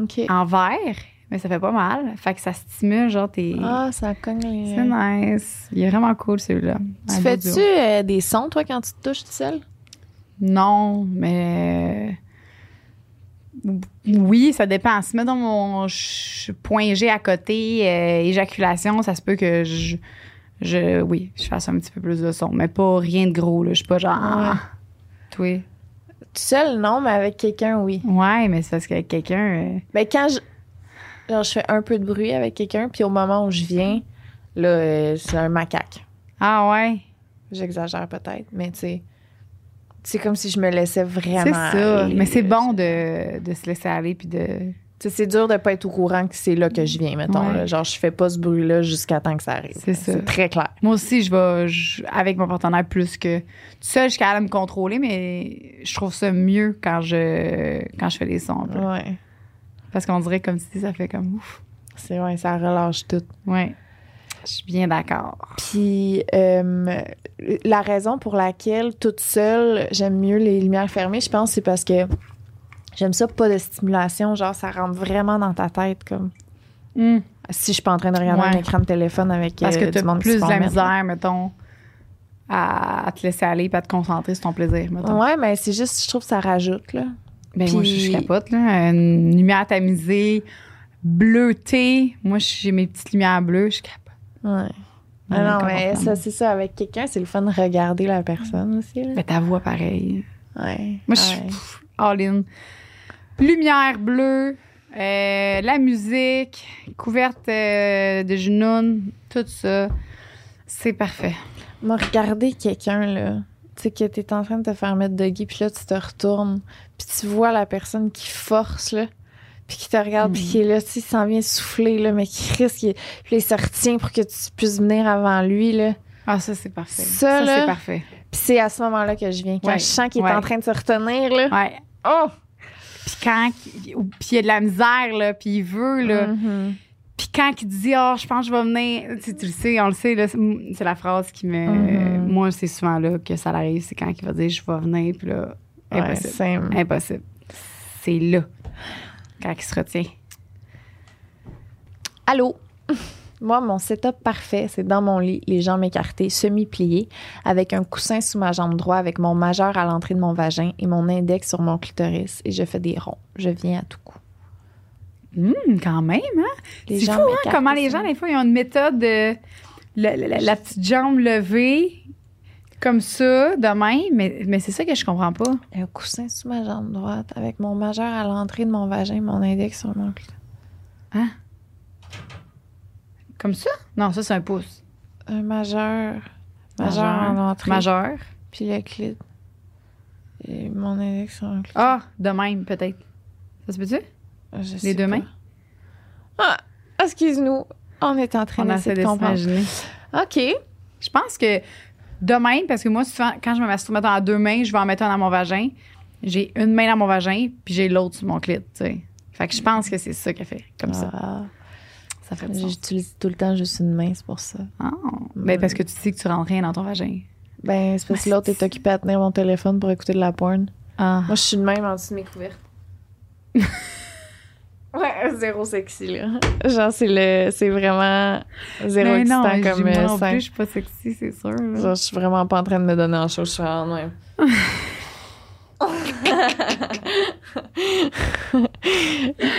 Speaker 2: OK.
Speaker 3: en verre, mais ça fait pas mal. Fait que ça stimule, genre, tes.
Speaker 2: Ah, ça cogne les.
Speaker 3: C'est nice. Il est vraiment cool, celui-là. Un
Speaker 2: Tu
Speaker 3: beau
Speaker 2: fais-tu
Speaker 3: duo.
Speaker 2: euh, des sons, toi, quand tu te touches tout seul?
Speaker 3: Non, mais. Oui, ça dépend. Si mettons mon ch- point G à côté, euh, éjaculation, ça se peut que je. je- oui, je fasse un petit peu plus de son, mais pas rien de gros, là. Je suis pas genre. ah. Oui.
Speaker 2: Tout seul, non, mais avec quelqu'un, oui.
Speaker 3: Ouais, mais c'est parce qu'avec quelqu'un. euh,
Speaker 2: Mais quand je. Genre, je fais un peu de bruit avec quelqu'un, puis au moment où je viens, là, euh, c'est un macaque.
Speaker 3: Ah ouais.
Speaker 2: J'exagère peut-être, mais tu sais. C'est comme si je me laissais vraiment.
Speaker 3: C'est ça.
Speaker 2: aller,
Speaker 3: Mais c'est
Speaker 2: là.
Speaker 3: bon de, de se laisser aller puis de.
Speaker 2: Tu sais, c'est dur de pas être au courant que c'est là que je viens, mettons.
Speaker 3: Ouais.
Speaker 2: là. Genre, je fais pas ce bruit-là jusqu'à temps que ça arrive.
Speaker 3: C'est ça.
Speaker 2: C'est très clair.
Speaker 3: Moi aussi, je vais je- avec mon partenaire plus que. Tout seul, je suis capable de me contrôler, mais je trouve ça mieux quand je, quand je fais les sons. un peu.
Speaker 2: Ouais.
Speaker 3: Parce qu'on dirait, comme tu dis, ça fait comme ouf.
Speaker 2: C'est vrai, ça relâche tout.
Speaker 3: Ouais. Je suis bien d'accord.
Speaker 2: Puis euh, la raison pour laquelle toute seule, j'aime mieux les lumières fermées, je pense, c'est parce que j'aime ça pas de stimulation, genre ça rentre vraiment dans ta tête comme
Speaker 3: Hum.
Speaker 2: si je suis pas en train de regarder
Speaker 3: Ouais.
Speaker 2: un écran de téléphone avec
Speaker 3: Parce
Speaker 2: euh,
Speaker 3: que
Speaker 2: du
Speaker 3: tu as
Speaker 2: monde qui se
Speaker 3: plus de
Speaker 2: font
Speaker 3: la
Speaker 2: mettre.
Speaker 3: misère, mettons, à, à te laisser aller et à te concentrer sur ton plaisir, mettons.
Speaker 2: Ouais, mais c'est juste je trouve que ça rajoute là.
Speaker 3: Ben, moi, je, je
Speaker 2: Puis-
Speaker 3: capote, là. Une lumière tamisée, bleutée. Moi, j'ai mes petites lumières bleues, je capote.
Speaker 2: Ouais. Ah non, mais ça c'est ça avec quelqu'un, c'est le fun de regarder la personne aussi là.
Speaker 3: Mais Ben, ta voix, pareil.
Speaker 2: Ouais.
Speaker 3: Moi, je suis
Speaker 2: ouais.
Speaker 3: pff, all in. Lumière bleue, euh, la musique, couverte euh, de junoun, tout ça. C'est parfait.
Speaker 2: Moi, regarder quelqu'un, là, tu sais, que t'es en train de te faire mettre de gui, puis là, tu te retournes, puis tu vois la personne qui force, là, puis qui te regarde,
Speaker 3: Mm.
Speaker 2: puis qui est là, tu sais, il s'en vient souffler, là, mais qui risque, il- puis là, il se retient pour que tu puisses venir avant lui, là.
Speaker 3: Ah, ça, c'est parfait.
Speaker 2: Ça,
Speaker 3: Ça,
Speaker 2: là-
Speaker 3: c'est parfait.
Speaker 2: Puis c'est à ce moment-là que je viens, quand
Speaker 3: Ouais,
Speaker 2: je sens qu'il est
Speaker 3: ouais.
Speaker 2: en train de se retenir, là.
Speaker 3: Ouais.
Speaker 2: Oh!
Speaker 3: Puis quand. qu'il- ou- Puis il y a de la misère, là. Puis il veut, là.
Speaker 2: Mhm.
Speaker 3: Puis quand il dit, oh, je pense que je vais venir. Tu, tu le sais, on le sait, là. C'est mm, c'est la phrase qui me.
Speaker 2: Mhm.
Speaker 3: Moi, c'est souvent là que ça arrive. C'est quand il va dire, je vais venir. Puis là,
Speaker 2: Ouais,
Speaker 3: impossible.
Speaker 2: c'est-
Speaker 3: Impossible. C'est là. Quand il se retient.
Speaker 2: Allô? Moi, mon setup parfait, c'est dans mon lit, les jambes écartées, semi-pliées, avec un coussin sous ma jambe droite, avec mon majeur à l'entrée de mon vagin et mon index sur mon clitoris, et je fais des ronds. Je viens à tout coup.
Speaker 3: Hum, quand même, hein?
Speaker 2: Les
Speaker 3: C'est
Speaker 2: jambes
Speaker 3: fou, hein,
Speaker 2: écartées,
Speaker 3: comment les
Speaker 2: ça.
Speaker 3: gens, des fois, ils ont une méthode de. La, la- la- la petite jambe levée, comme ça, demain. Mais, mais c'est ça que je comprends pas.
Speaker 2: Un coussin sous ma jambe droite, avec mon majeur à l'entrée de mon vagin, mon index sur mon clitoris.
Speaker 3: Comme ça? Non, ça, c'est un pouce.
Speaker 2: Un majeur. Majeur à l'entrée.
Speaker 3: Majeur.
Speaker 2: Puis le clit. Et mon index sur mon clitoris.
Speaker 3: Ah, de même, peut-être. Ça se peut-tu?
Speaker 2: Je
Speaker 3: Les
Speaker 2: sais
Speaker 3: deux
Speaker 2: pas.
Speaker 3: mains?
Speaker 2: Ah, excuse-nous. On est en train
Speaker 3: On
Speaker 2: d'essayer
Speaker 3: essaie
Speaker 2: de
Speaker 3: de
Speaker 2: comprendre.
Speaker 3: s'imaginer.
Speaker 2: OK.
Speaker 3: Je pense que de même, parce que moi, souvent, quand je me masturbe mettons, à deux mains, je vais en mettre un dans mon vagin. J'ai une main dans mon vagin, puis j'ai l'autre sur mon clit, tu sais. Fait que je pense que c'est ça qu'elle fait, comme ça.
Speaker 2: Ah,
Speaker 3: Ça fait du sens.
Speaker 2: J'utilise tout le temps juste une main, c'est pour ça.
Speaker 3: Ah. Ben, parce que tu sais que tu rentres rien dans ton vagin.
Speaker 2: Ben, c'est parce que l'autre est occupé à tenir mon téléphone pour écouter de la porn.
Speaker 3: Ah.
Speaker 2: Moi, je suis de même en dessous de mes couvertes. ouais, zéro sexy, là. Genre, c'est le... C'est vraiment zéro
Speaker 3: Mais non,
Speaker 2: excitant
Speaker 3: mais
Speaker 2: comme
Speaker 3: moi
Speaker 2: euh,
Speaker 3: non plus,
Speaker 2: scène.
Speaker 3: je suis pas sexy, c'est sûr. là.
Speaker 2: Genre, je suis vraiment pas en train de me donner en chaud, je suis en même.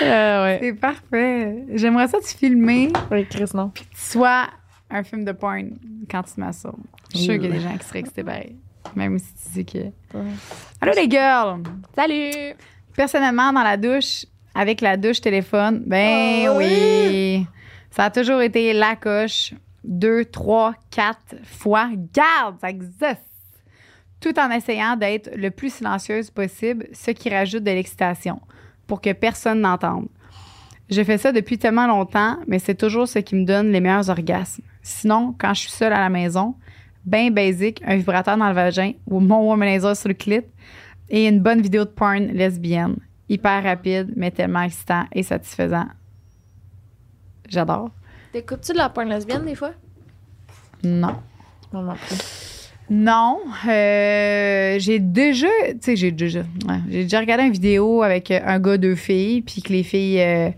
Speaker 2: Ah ouais.
Speaker 3: C'est parfait. J'aimerais ça te filmer,
Speaker 2: Oui, Chris, non.
Speaker 3: puis que tu sois un film de porn quand tu te masturbes. Je suis sûre qu'il y a des gens qui seraient excités pareil. Même si tu dis que. Allô les girls!
Speaker 2: Salut!
Speaker 3: Personnellement, dans la douche, avec la douche téléphone, ben oui! Ça a toujours été la coche. Deux, trois, quatre fois. Garde, ça existe! Tout en essayant d'être le plus silencieuse possible, ce qui rajoute de l'excitation pour que personne n'entende. Je fais ça depuis tellement longtemps, mais c'est toujours ce qui me donne les meilleurs orgasmes. Sinon, quand je suis seule à la maison, ben basic, un vibrateur dans le vagin ou mon womanizer sur le clit et une bonne vidéo de porn lesbienne. Hyper rapide, mais tellement excitant et satisfaisant. J'adore.
Speaker 2: T'écoutes-tu de la porn lesbienne des fois?
Speaker 3: Non.
Speaker 2: Non, non plus.
Speaker 3: Non, euh, j'ai déjà, tu sais, j'ai déjà, ouais, j'ai déjà regardé une vidéo avec euh, un gars, deux filles, puis que les filles, euh,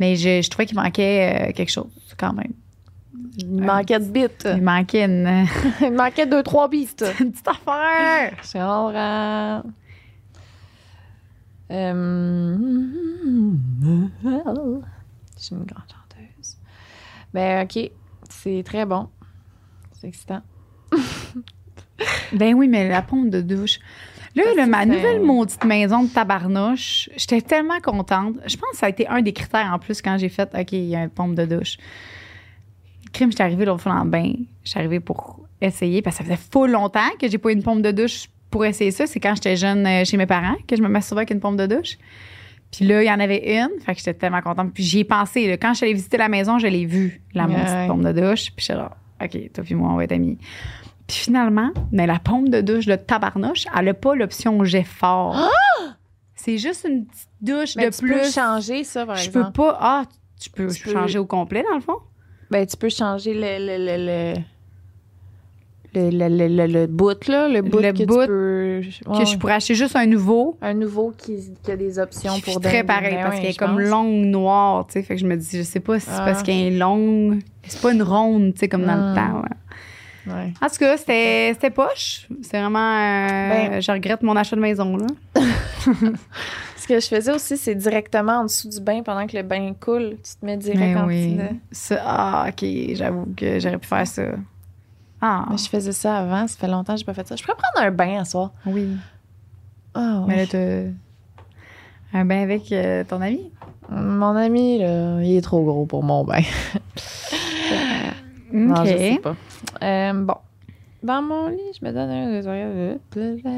Speaker 3: mais je, je trouvais qu'il manquait euh, quelque chose quand même.
Speaker 2: Il manquait de bites.
Speaker 3: Il manquait une, euh,
Speaker 2: Il manquait deux, trois bites.
Speaker 3: une petite affaire.
Speaker 2: C'est horrible. ehm, Euh... Je suis une grande chanteuse. Ben, OK. C'est très bon. C'est excitant.
Speaker 3: Ben oui, mais la pompe de douche. Là,
Speaker 2: Ah,
Speaker 3: là,
Speaker 2: c'est
Speaker 3: ma
Speaker 2: fin.
Speaker 3: nouvelle maudite maison de tabarnouche, j'étais tellement contente. Je pense que ça a été un des critères en plus quand j'ai fait OK, il y a une pompe de douche. Crime, j'étais arrivée l'autre fois dans le bain. J'étais arrivée pour essayer parce que ça faisait faux longtemps que j'ai pas eu une pompe de douche pour essayer ça. C'est quand j'étais jeune euh, chez mes parents que je me masturbais avec une pompe de douche. Puis là, il y en avait une. Fait que j'étais tellement contente. Puis j'y ai pensé. là. Quand je suis allée visiter la maison, je l'ai vue, la
Speaker 2: Ouais.
Speaker 3: maudite pompe de douche. Puis j'étais là, OK, toi puis moi, on va être amis. Puis finalement, mais la pompe de douche de tabarnouche, elle n'a pas l'option jet fort. C'est juste une petite douche
Speaker 2: Ah! Mais
Speaker 3: de
Speaker 2: Ben, tu peux
Speaker 3: plus.
Speaker 2: changer ça, par
Speaker 3: je peux
Speaker 2: exemple.
Speaker 3: pas. Ah, tu peux
Speaker 2: Tu peux-
Speaker 3: changer au complet, dans le fond?
Speaker 2: Ben, tu peux changer le... le, le, le... Le, le, le, le, le bout, là, le bout
Speaker 3: Le
Speaker 2: que
Speaker 3: bout
Speaker 2: tu peux...
Speaker 3: que
Speaker 2: Ouais,
Speaker 3: je pourrais acheter juste un nouveau.
Speaker 2: Un nouveau qui, qui a des options
Speaker 3: Qui
Speaker 2: pour
Speaker 3: pour très
Speaker 2: donner-
Speaker 3: pareil
Speaker 2: Ben
Speaker 3: parce
Speaker 2: ouais,
Speaker 3: qu'elle est
Speaker 2: je
Speaker 3: comme
Speaker 2: pense.
Speaker 3: longue noire, tu sais. Fait que je me dis, je sais pas si c'est
Speaker 2: Ah.
Speaker 3: parce qu'elle est longue. C'est pas une ronde, tu sais, comme dans
Speaker 2: Hmm.
Speaker 3: le temps. ouais.
Speaker 2: Ouais.
Speaker 3: En tout cas, c'était c'était poche. C'est vraiment. euh,
Speaker 2: Ben-
Speaker 3: je regrette mon achat de maison, là.
Speaker 2: Ce que je faisais aussi, c'est directement en dessous du bain pendant que le bain coule. Tu te mets direct
Speaker 3: Ben
Speaker 2: en
Speaker 3: oui.
Speaker 2: dessous de-
Speaker 3: Ça- ah, ok, j'avoue que j'aurais pu faire ça. Ah,
Speaker 2: Mais je faisais ça avant, ça fait longtemps que j'ai pas fait ça. Je pourrais prendre un bain à soir.
Speaker 3: oui.
Speaker 2: Ah ouais.
Speaker 3: Mais là, t'as un bain avec euh, ton ami.
Speaker 2: Mon ami, là, il est trop gros pour mon bain. Non, je sais
Speaker 3: Ok.
Speaker 2: pas. Euh, bon. Dans mon lit, je me donne un... deux, trois,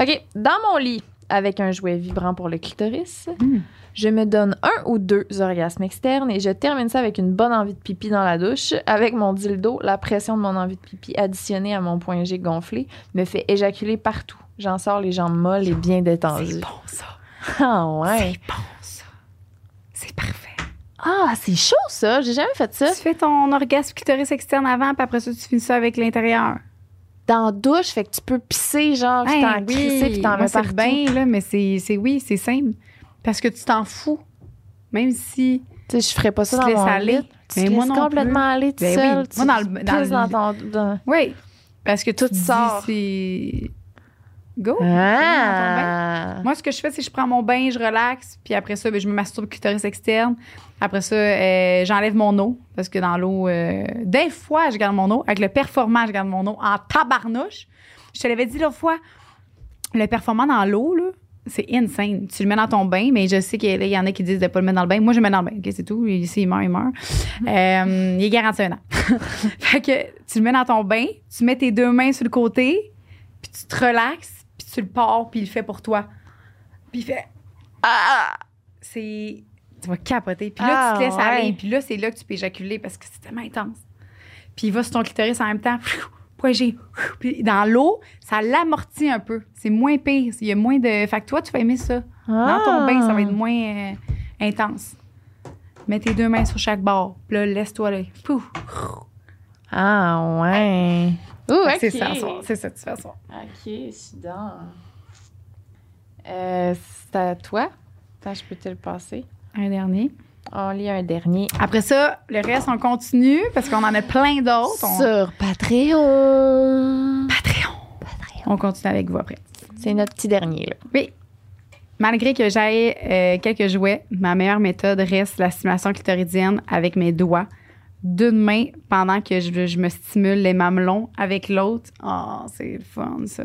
Speaker 2: quatre. OK. Dans mon lit, avec un jouet vibrant pour le clitoris.
Speaker 3: Mm.
Speaker 2: Je me donne un ou deux orgasmes externes et je termine ça avec une bonne envie de pipi dans la douche. Avec mon dildo, la pression de mon envie de pipi additionnée à mon point G gonflé me fait éjaculer partout. J'en sors les jambes molles et bien détendues.
Speaker 3: C'est bon, ça.
Speaker 2: Ah ouais.
Speaker 3: C'est bon, ça. C'est parfait.
Speaker 2: Ah, c'est chaud ça. J'ai jamais fait ça.
Speaker 3: Tu fais ton orgasme clitoris externe avant, puis après ça, tu finis ça avec l'intérieur.
Speaker 2: Dans la douche, fait que tu peux pisser genre,
Speaker 3: Ah,
Speaker 2: puis t'en crisser, puis t'en
Speaker 3: Ben Moi,
Speaker 2: mets
Speaker 3: c'est
Speaker 2: partout.
Speaker 3: le bain, là, mais c'est c'est- oui, c'est simple. Parce que tu t'en fous. Même si.
Speaker 2: Tu sais, je ferais pas ça
Speaker 3: Tu
Speaker 2: dans
Speaker 3: te
Speaker 2: mon
Speaker 3: laisses aller.
Speaker 2: lit. Tu
Speaker 3: Mais
Speaker 2: te
Speaker 3: moi
Speaker 2: laisses
Speaker 3: non
Speaker 2: complètement aller tout
Speaker 3: Ben oui.
Speaker 2: seul.
Speaker 3: Moi,
Speaker 2: Tu
Speaker 3: dans le- dans
Speaker 2: pisses
Speaker 3: le-
Speaker 2: dans ton... dans-
Speaker 3: Oui. Parce que tout
Speaker 2: Tout sort.
Speaker 3: C'est. Euh, Go.
Speaker 2: Ah!
Speaker 3: Moi, ce que je fais, c'est que je prends mon bain, je relaxe, puis après ça, ben, je me masturbe clitoris externe. Après ça, euh, j'enlève mon eau, parce que dans l'eau, euh, des fois, je garde mon eau. Avec le performant, je garde mon eau en tabarnouche. Je te l'avais dit l'autre fois, le performant dans l'eau, là, c'est insane. Tu le mets dans ton bain, mais je sais qu'il y en a qui disent de pas le mettre dans le bain. Moi, je le mets dans le bain. ok, c'est tout. Et S'il meurt, il meurt. Euh, il est garanti un an. fait que tu le mets dans ton bain, tu mets tes deux mains sur le côté, puis tu te relaxes, puis tu le pars, puis il le fait pour toi. Puis il fait Ah! C'est. Tu vas capoter. Puis là,
Speaker 2: Ah,
Speaker 3: tu te laisses
Speaker 2: ouais.
Speaker 3: aller. Puis là, c'est là que tu peux éjaculer parce que c'est tellement intense. Puis il va sur ton clitoris en même temps. Point G. Puis dans l'eau, ça l'amortit un peu. C'est moins pire. Il y a moins de. Fait que toi, tu vas aimer ça. Dans ton bain, ça va être
Speaker 2: Ah.
Speaker 3: moins euh, intense. Mets tes deux mains sur chaque bord. Puis là, laisse-toi là. Pouf.
Speaker 2: Ah ouais. Ouh,
Speaker 3: C'est
Speaker 2: ok.
Speaker 3: ça, à soir. c'est ça, tu fais à soir.
Speaker 2: Ok, je suis dans. Euh, c'est à toi. Attends, je peux te le passer.
Speaker 3: Un dernier.
Speaker 2: On lit un dernier.
Speaker 3: Après ça, le reste, on continue parce qu'on en a plein d'autres. On...
Speaker 2: Sur Patreon.
Speaker 3: Patreon. On continue avec vous après.
Speaker 2: C'est notre petit dernier, là.
Speaker 3: Malgré que j'aille quelques jouets, ma meilleure méthode reste la stimulation clitoridienne avec mes doigts, d'une main pendant que je, je me stimule les mamelons avec l'autre. Oh, c'est le fun, ça.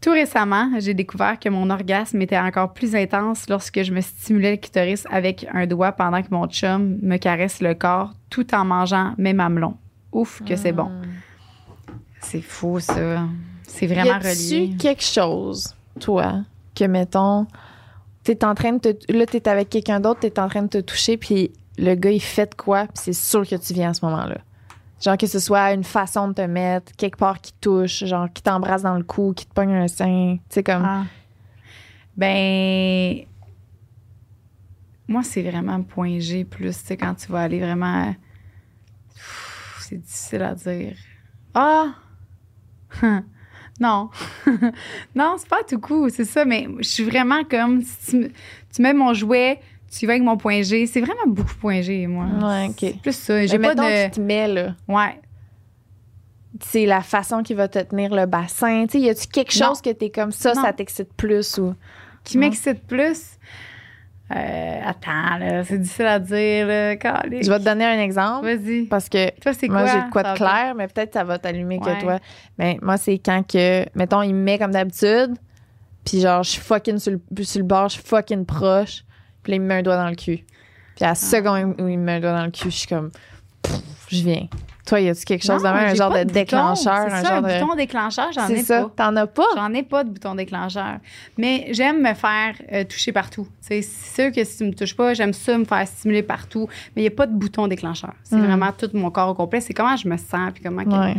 Speaker 3: Tout récemment, j'ai découvert que mon orgasme était encore plus intense lorsque je me stimulais le clitoris avec un doigt pendant que mon chum me caresse le corps tout en mangeant mes mamelons. Ouf, que c'est bon. C'est fou, ça.
Speaker 2: Ah. Y
Speaker 3: C'est vraiment relié.
Speaker 2: a-tu quelque chose, toi, que mettons, t'es en train de te, là t'es avec quelqu'un d'autre, t'es en train de te toucher, puis le gars il fait de quoi, puis c'est sûr que tu viens à ce moment-là. Genre que ce soit une façon de te mettre, quelque part qui te touche, genre qui t'embrasse dans le cou, qui te pogne un sein, tu sais comme.
Speaker 3: Ah. Ben. Moi, c'est vraiment point G plus, tu sais, quand tu vas aller vraiment. à- Pff, C'est difficile à dire. Ah! non. non, c'est pas à tout coup, c'est ça, mais je suis vraiment comme. Si tu, me- tu mets mon jouet, tu vas avec mon point G. C'est vraiment beaucoup point G, moi.
Speaker 2: Ouais, ok.
Speaker 3: C'est plus ça.
Speaker 2: J'ai
Speaker 3: J'ai pas
Speaker 2: mettons
Speaker 3: de.
Speaker 2: tu te mets là,
Speaker 3: Ouais.
Speaker 2: c'est la façon qu'il va te tenir le bassin, tu sais, y a-tu quelque
Speaker 3: Non.
Speaker 2: chose que t'es comme ça,
Speaker 3: Non.
Speaker 2: ça t'excite plus ou.
Speaker 3: qui
Speaker 2: Ouais.
Speaker 3: m'excite plus. Euh, attends, là, c'est difficile à dire, là. calique.
Speaker 2: Je vais te donner un exemple
Speaker 3: Vas-y.
Speaker 2: parce que
Speaker 3: Toi, c'est quoi?
Speaker 2: Moi, j'ai de quoi
Speaker 3: ça
Speaker 2: de
Speaker 3: va
Speaker 2: clair, mais peut-être ça va t'allumer
Speaker 3: Ouais.
Speaker 2: que toi. Mais moi, c'est quand que, mettons, il me met comme d'habitude, puis genre, je suis fucking sur le, sur le bord, je suis fucking proche, puis là, il me met un doigt dans le cul. Puis à
Speaker 3: Ah.
Speaker 2: la seconde où il me met un doigt dans le cul, je suis comme, pff, je viens. Toi, y a-tu quelque
Speaker 3: bien?
Speaker 2: chose de même,
Speaker 3: Non,
Speaker 2: un
Speaker 3: j'ai
Speaker 2: genre
Speaker 3: pas
Speaker 2: de
Speaker 3: bouton.
Speaker 2: déclencheur,
Speaker 3: C'est
Speaker 2: un
Speaker 3: ça,
Speaker 2: genre
Speaker 3: un
Speaker 2: de.
Speaker 3: bouton déclencheur, j'en
Speaker 2: C'est
Speaker 3: ai
Speaker 2: ça,
Speaker 3: pas.
Speaker 2: t'en as pas?
Speaker 3: J'en ai pas de bouton déclencheur. Mais j'aime me faire euh, toucher partout. Tu sais, C'est sûr que si tu me touches pas, j'aime ça me faire stimuler partout. Mais il n'y a pas de bouton déclencheur. C'est
Speaker 2: Mm.
Speaker 3: vraiment tout mon corps au complet. C'est comment je me sens. Puis comment que-
Speaker 2: Ouais.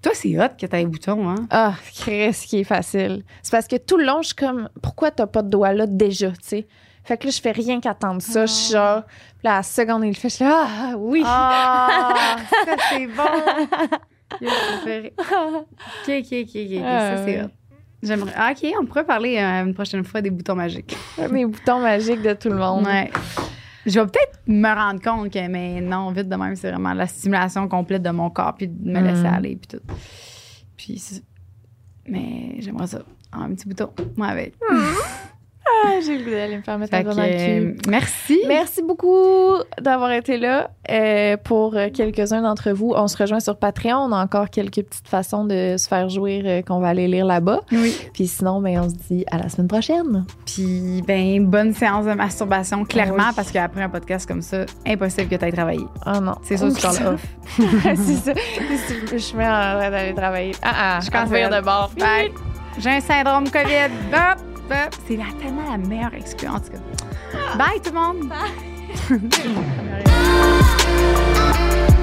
Speaker 3: Toi, c'est hot que tu aies bouton. Hein?
Speaker 2: Ah, Chris, qui est facile. C'est parce que tout le long, je suis comme, pourquoi t'as pas de doigt là déjà, tu sais? Fait que là, je fais rien qu'attendre ça. Je suis genre, puis là, à la seconde, il le fait, je suis là, ah, oui!
Speaker 3: Ah, ça, c'est bon. Yo, c'est vrai. OK, OK, OK, OK.
Speaker 2: Ah,
Speaker 3: ça, c'est
Speaker 2: ouais.
Speaker 3: hot. J'aimerais... ah, OK, on pourrait parler euh, une prochaine fois des boutons magiques.
Speaker 2: Des boutons magiques de tout le monde.
Speaker 3: Ouais. Je vais peut-être me rendre compte que, mais non, vite de même, c'est vraiment la stimulation complète de mon corps, puis de me
Speaker 2: Mm.
Speaker 3: laisser aller, puis tout. Puis, c'est- mais j'aimerais ça. Un petit bouton, moi avec.
Speaker 2: Ah, j'ai le goût d'aller me faire mettre
Speaker 3: Fait
Speaker 2: un
Speaker 3: que,
Speaker 2: doigt dans le cul.
Speaker 3: euh, merci.
Speaker 2: Merci beaucoup d'avoir été là. Euh, pour euh, quelques-uns d'entre vous, on se rejoint sur Patreon. On a encore quelques petites façons de se faire jouir euh, qu'on va aller lire là-bas.
Speaker 3: Oui.
Speaker 2: Puis sinon, ben, on se dit à la semaine prochaine.
Speaker 3: Puis, ben, bonne séance de masturbation, clairement,
Speaker 2: Ah Oui.
Speaker 3: parce qu'après un podcast comme ça, impossible que tu ailles travailler.
Speaker 2: Oh non.
Speaker 3: C'est sûr que tu parles off.
Speaker 2: C'est ça. Je suis en train d'aller travailler. Ah ah.
Speaker 3: Je
Speaker 2: à
Speaker 3: cancelle.
Speaker 2: revenir de bord.
Speaker 3: Bye. J'ai un syndrome COVID. Hop, hop. C'est la- tellement la meilleure excuse, en tout
Speaker 2: Ah.
Speaker 3: cas. Bye tout le monde!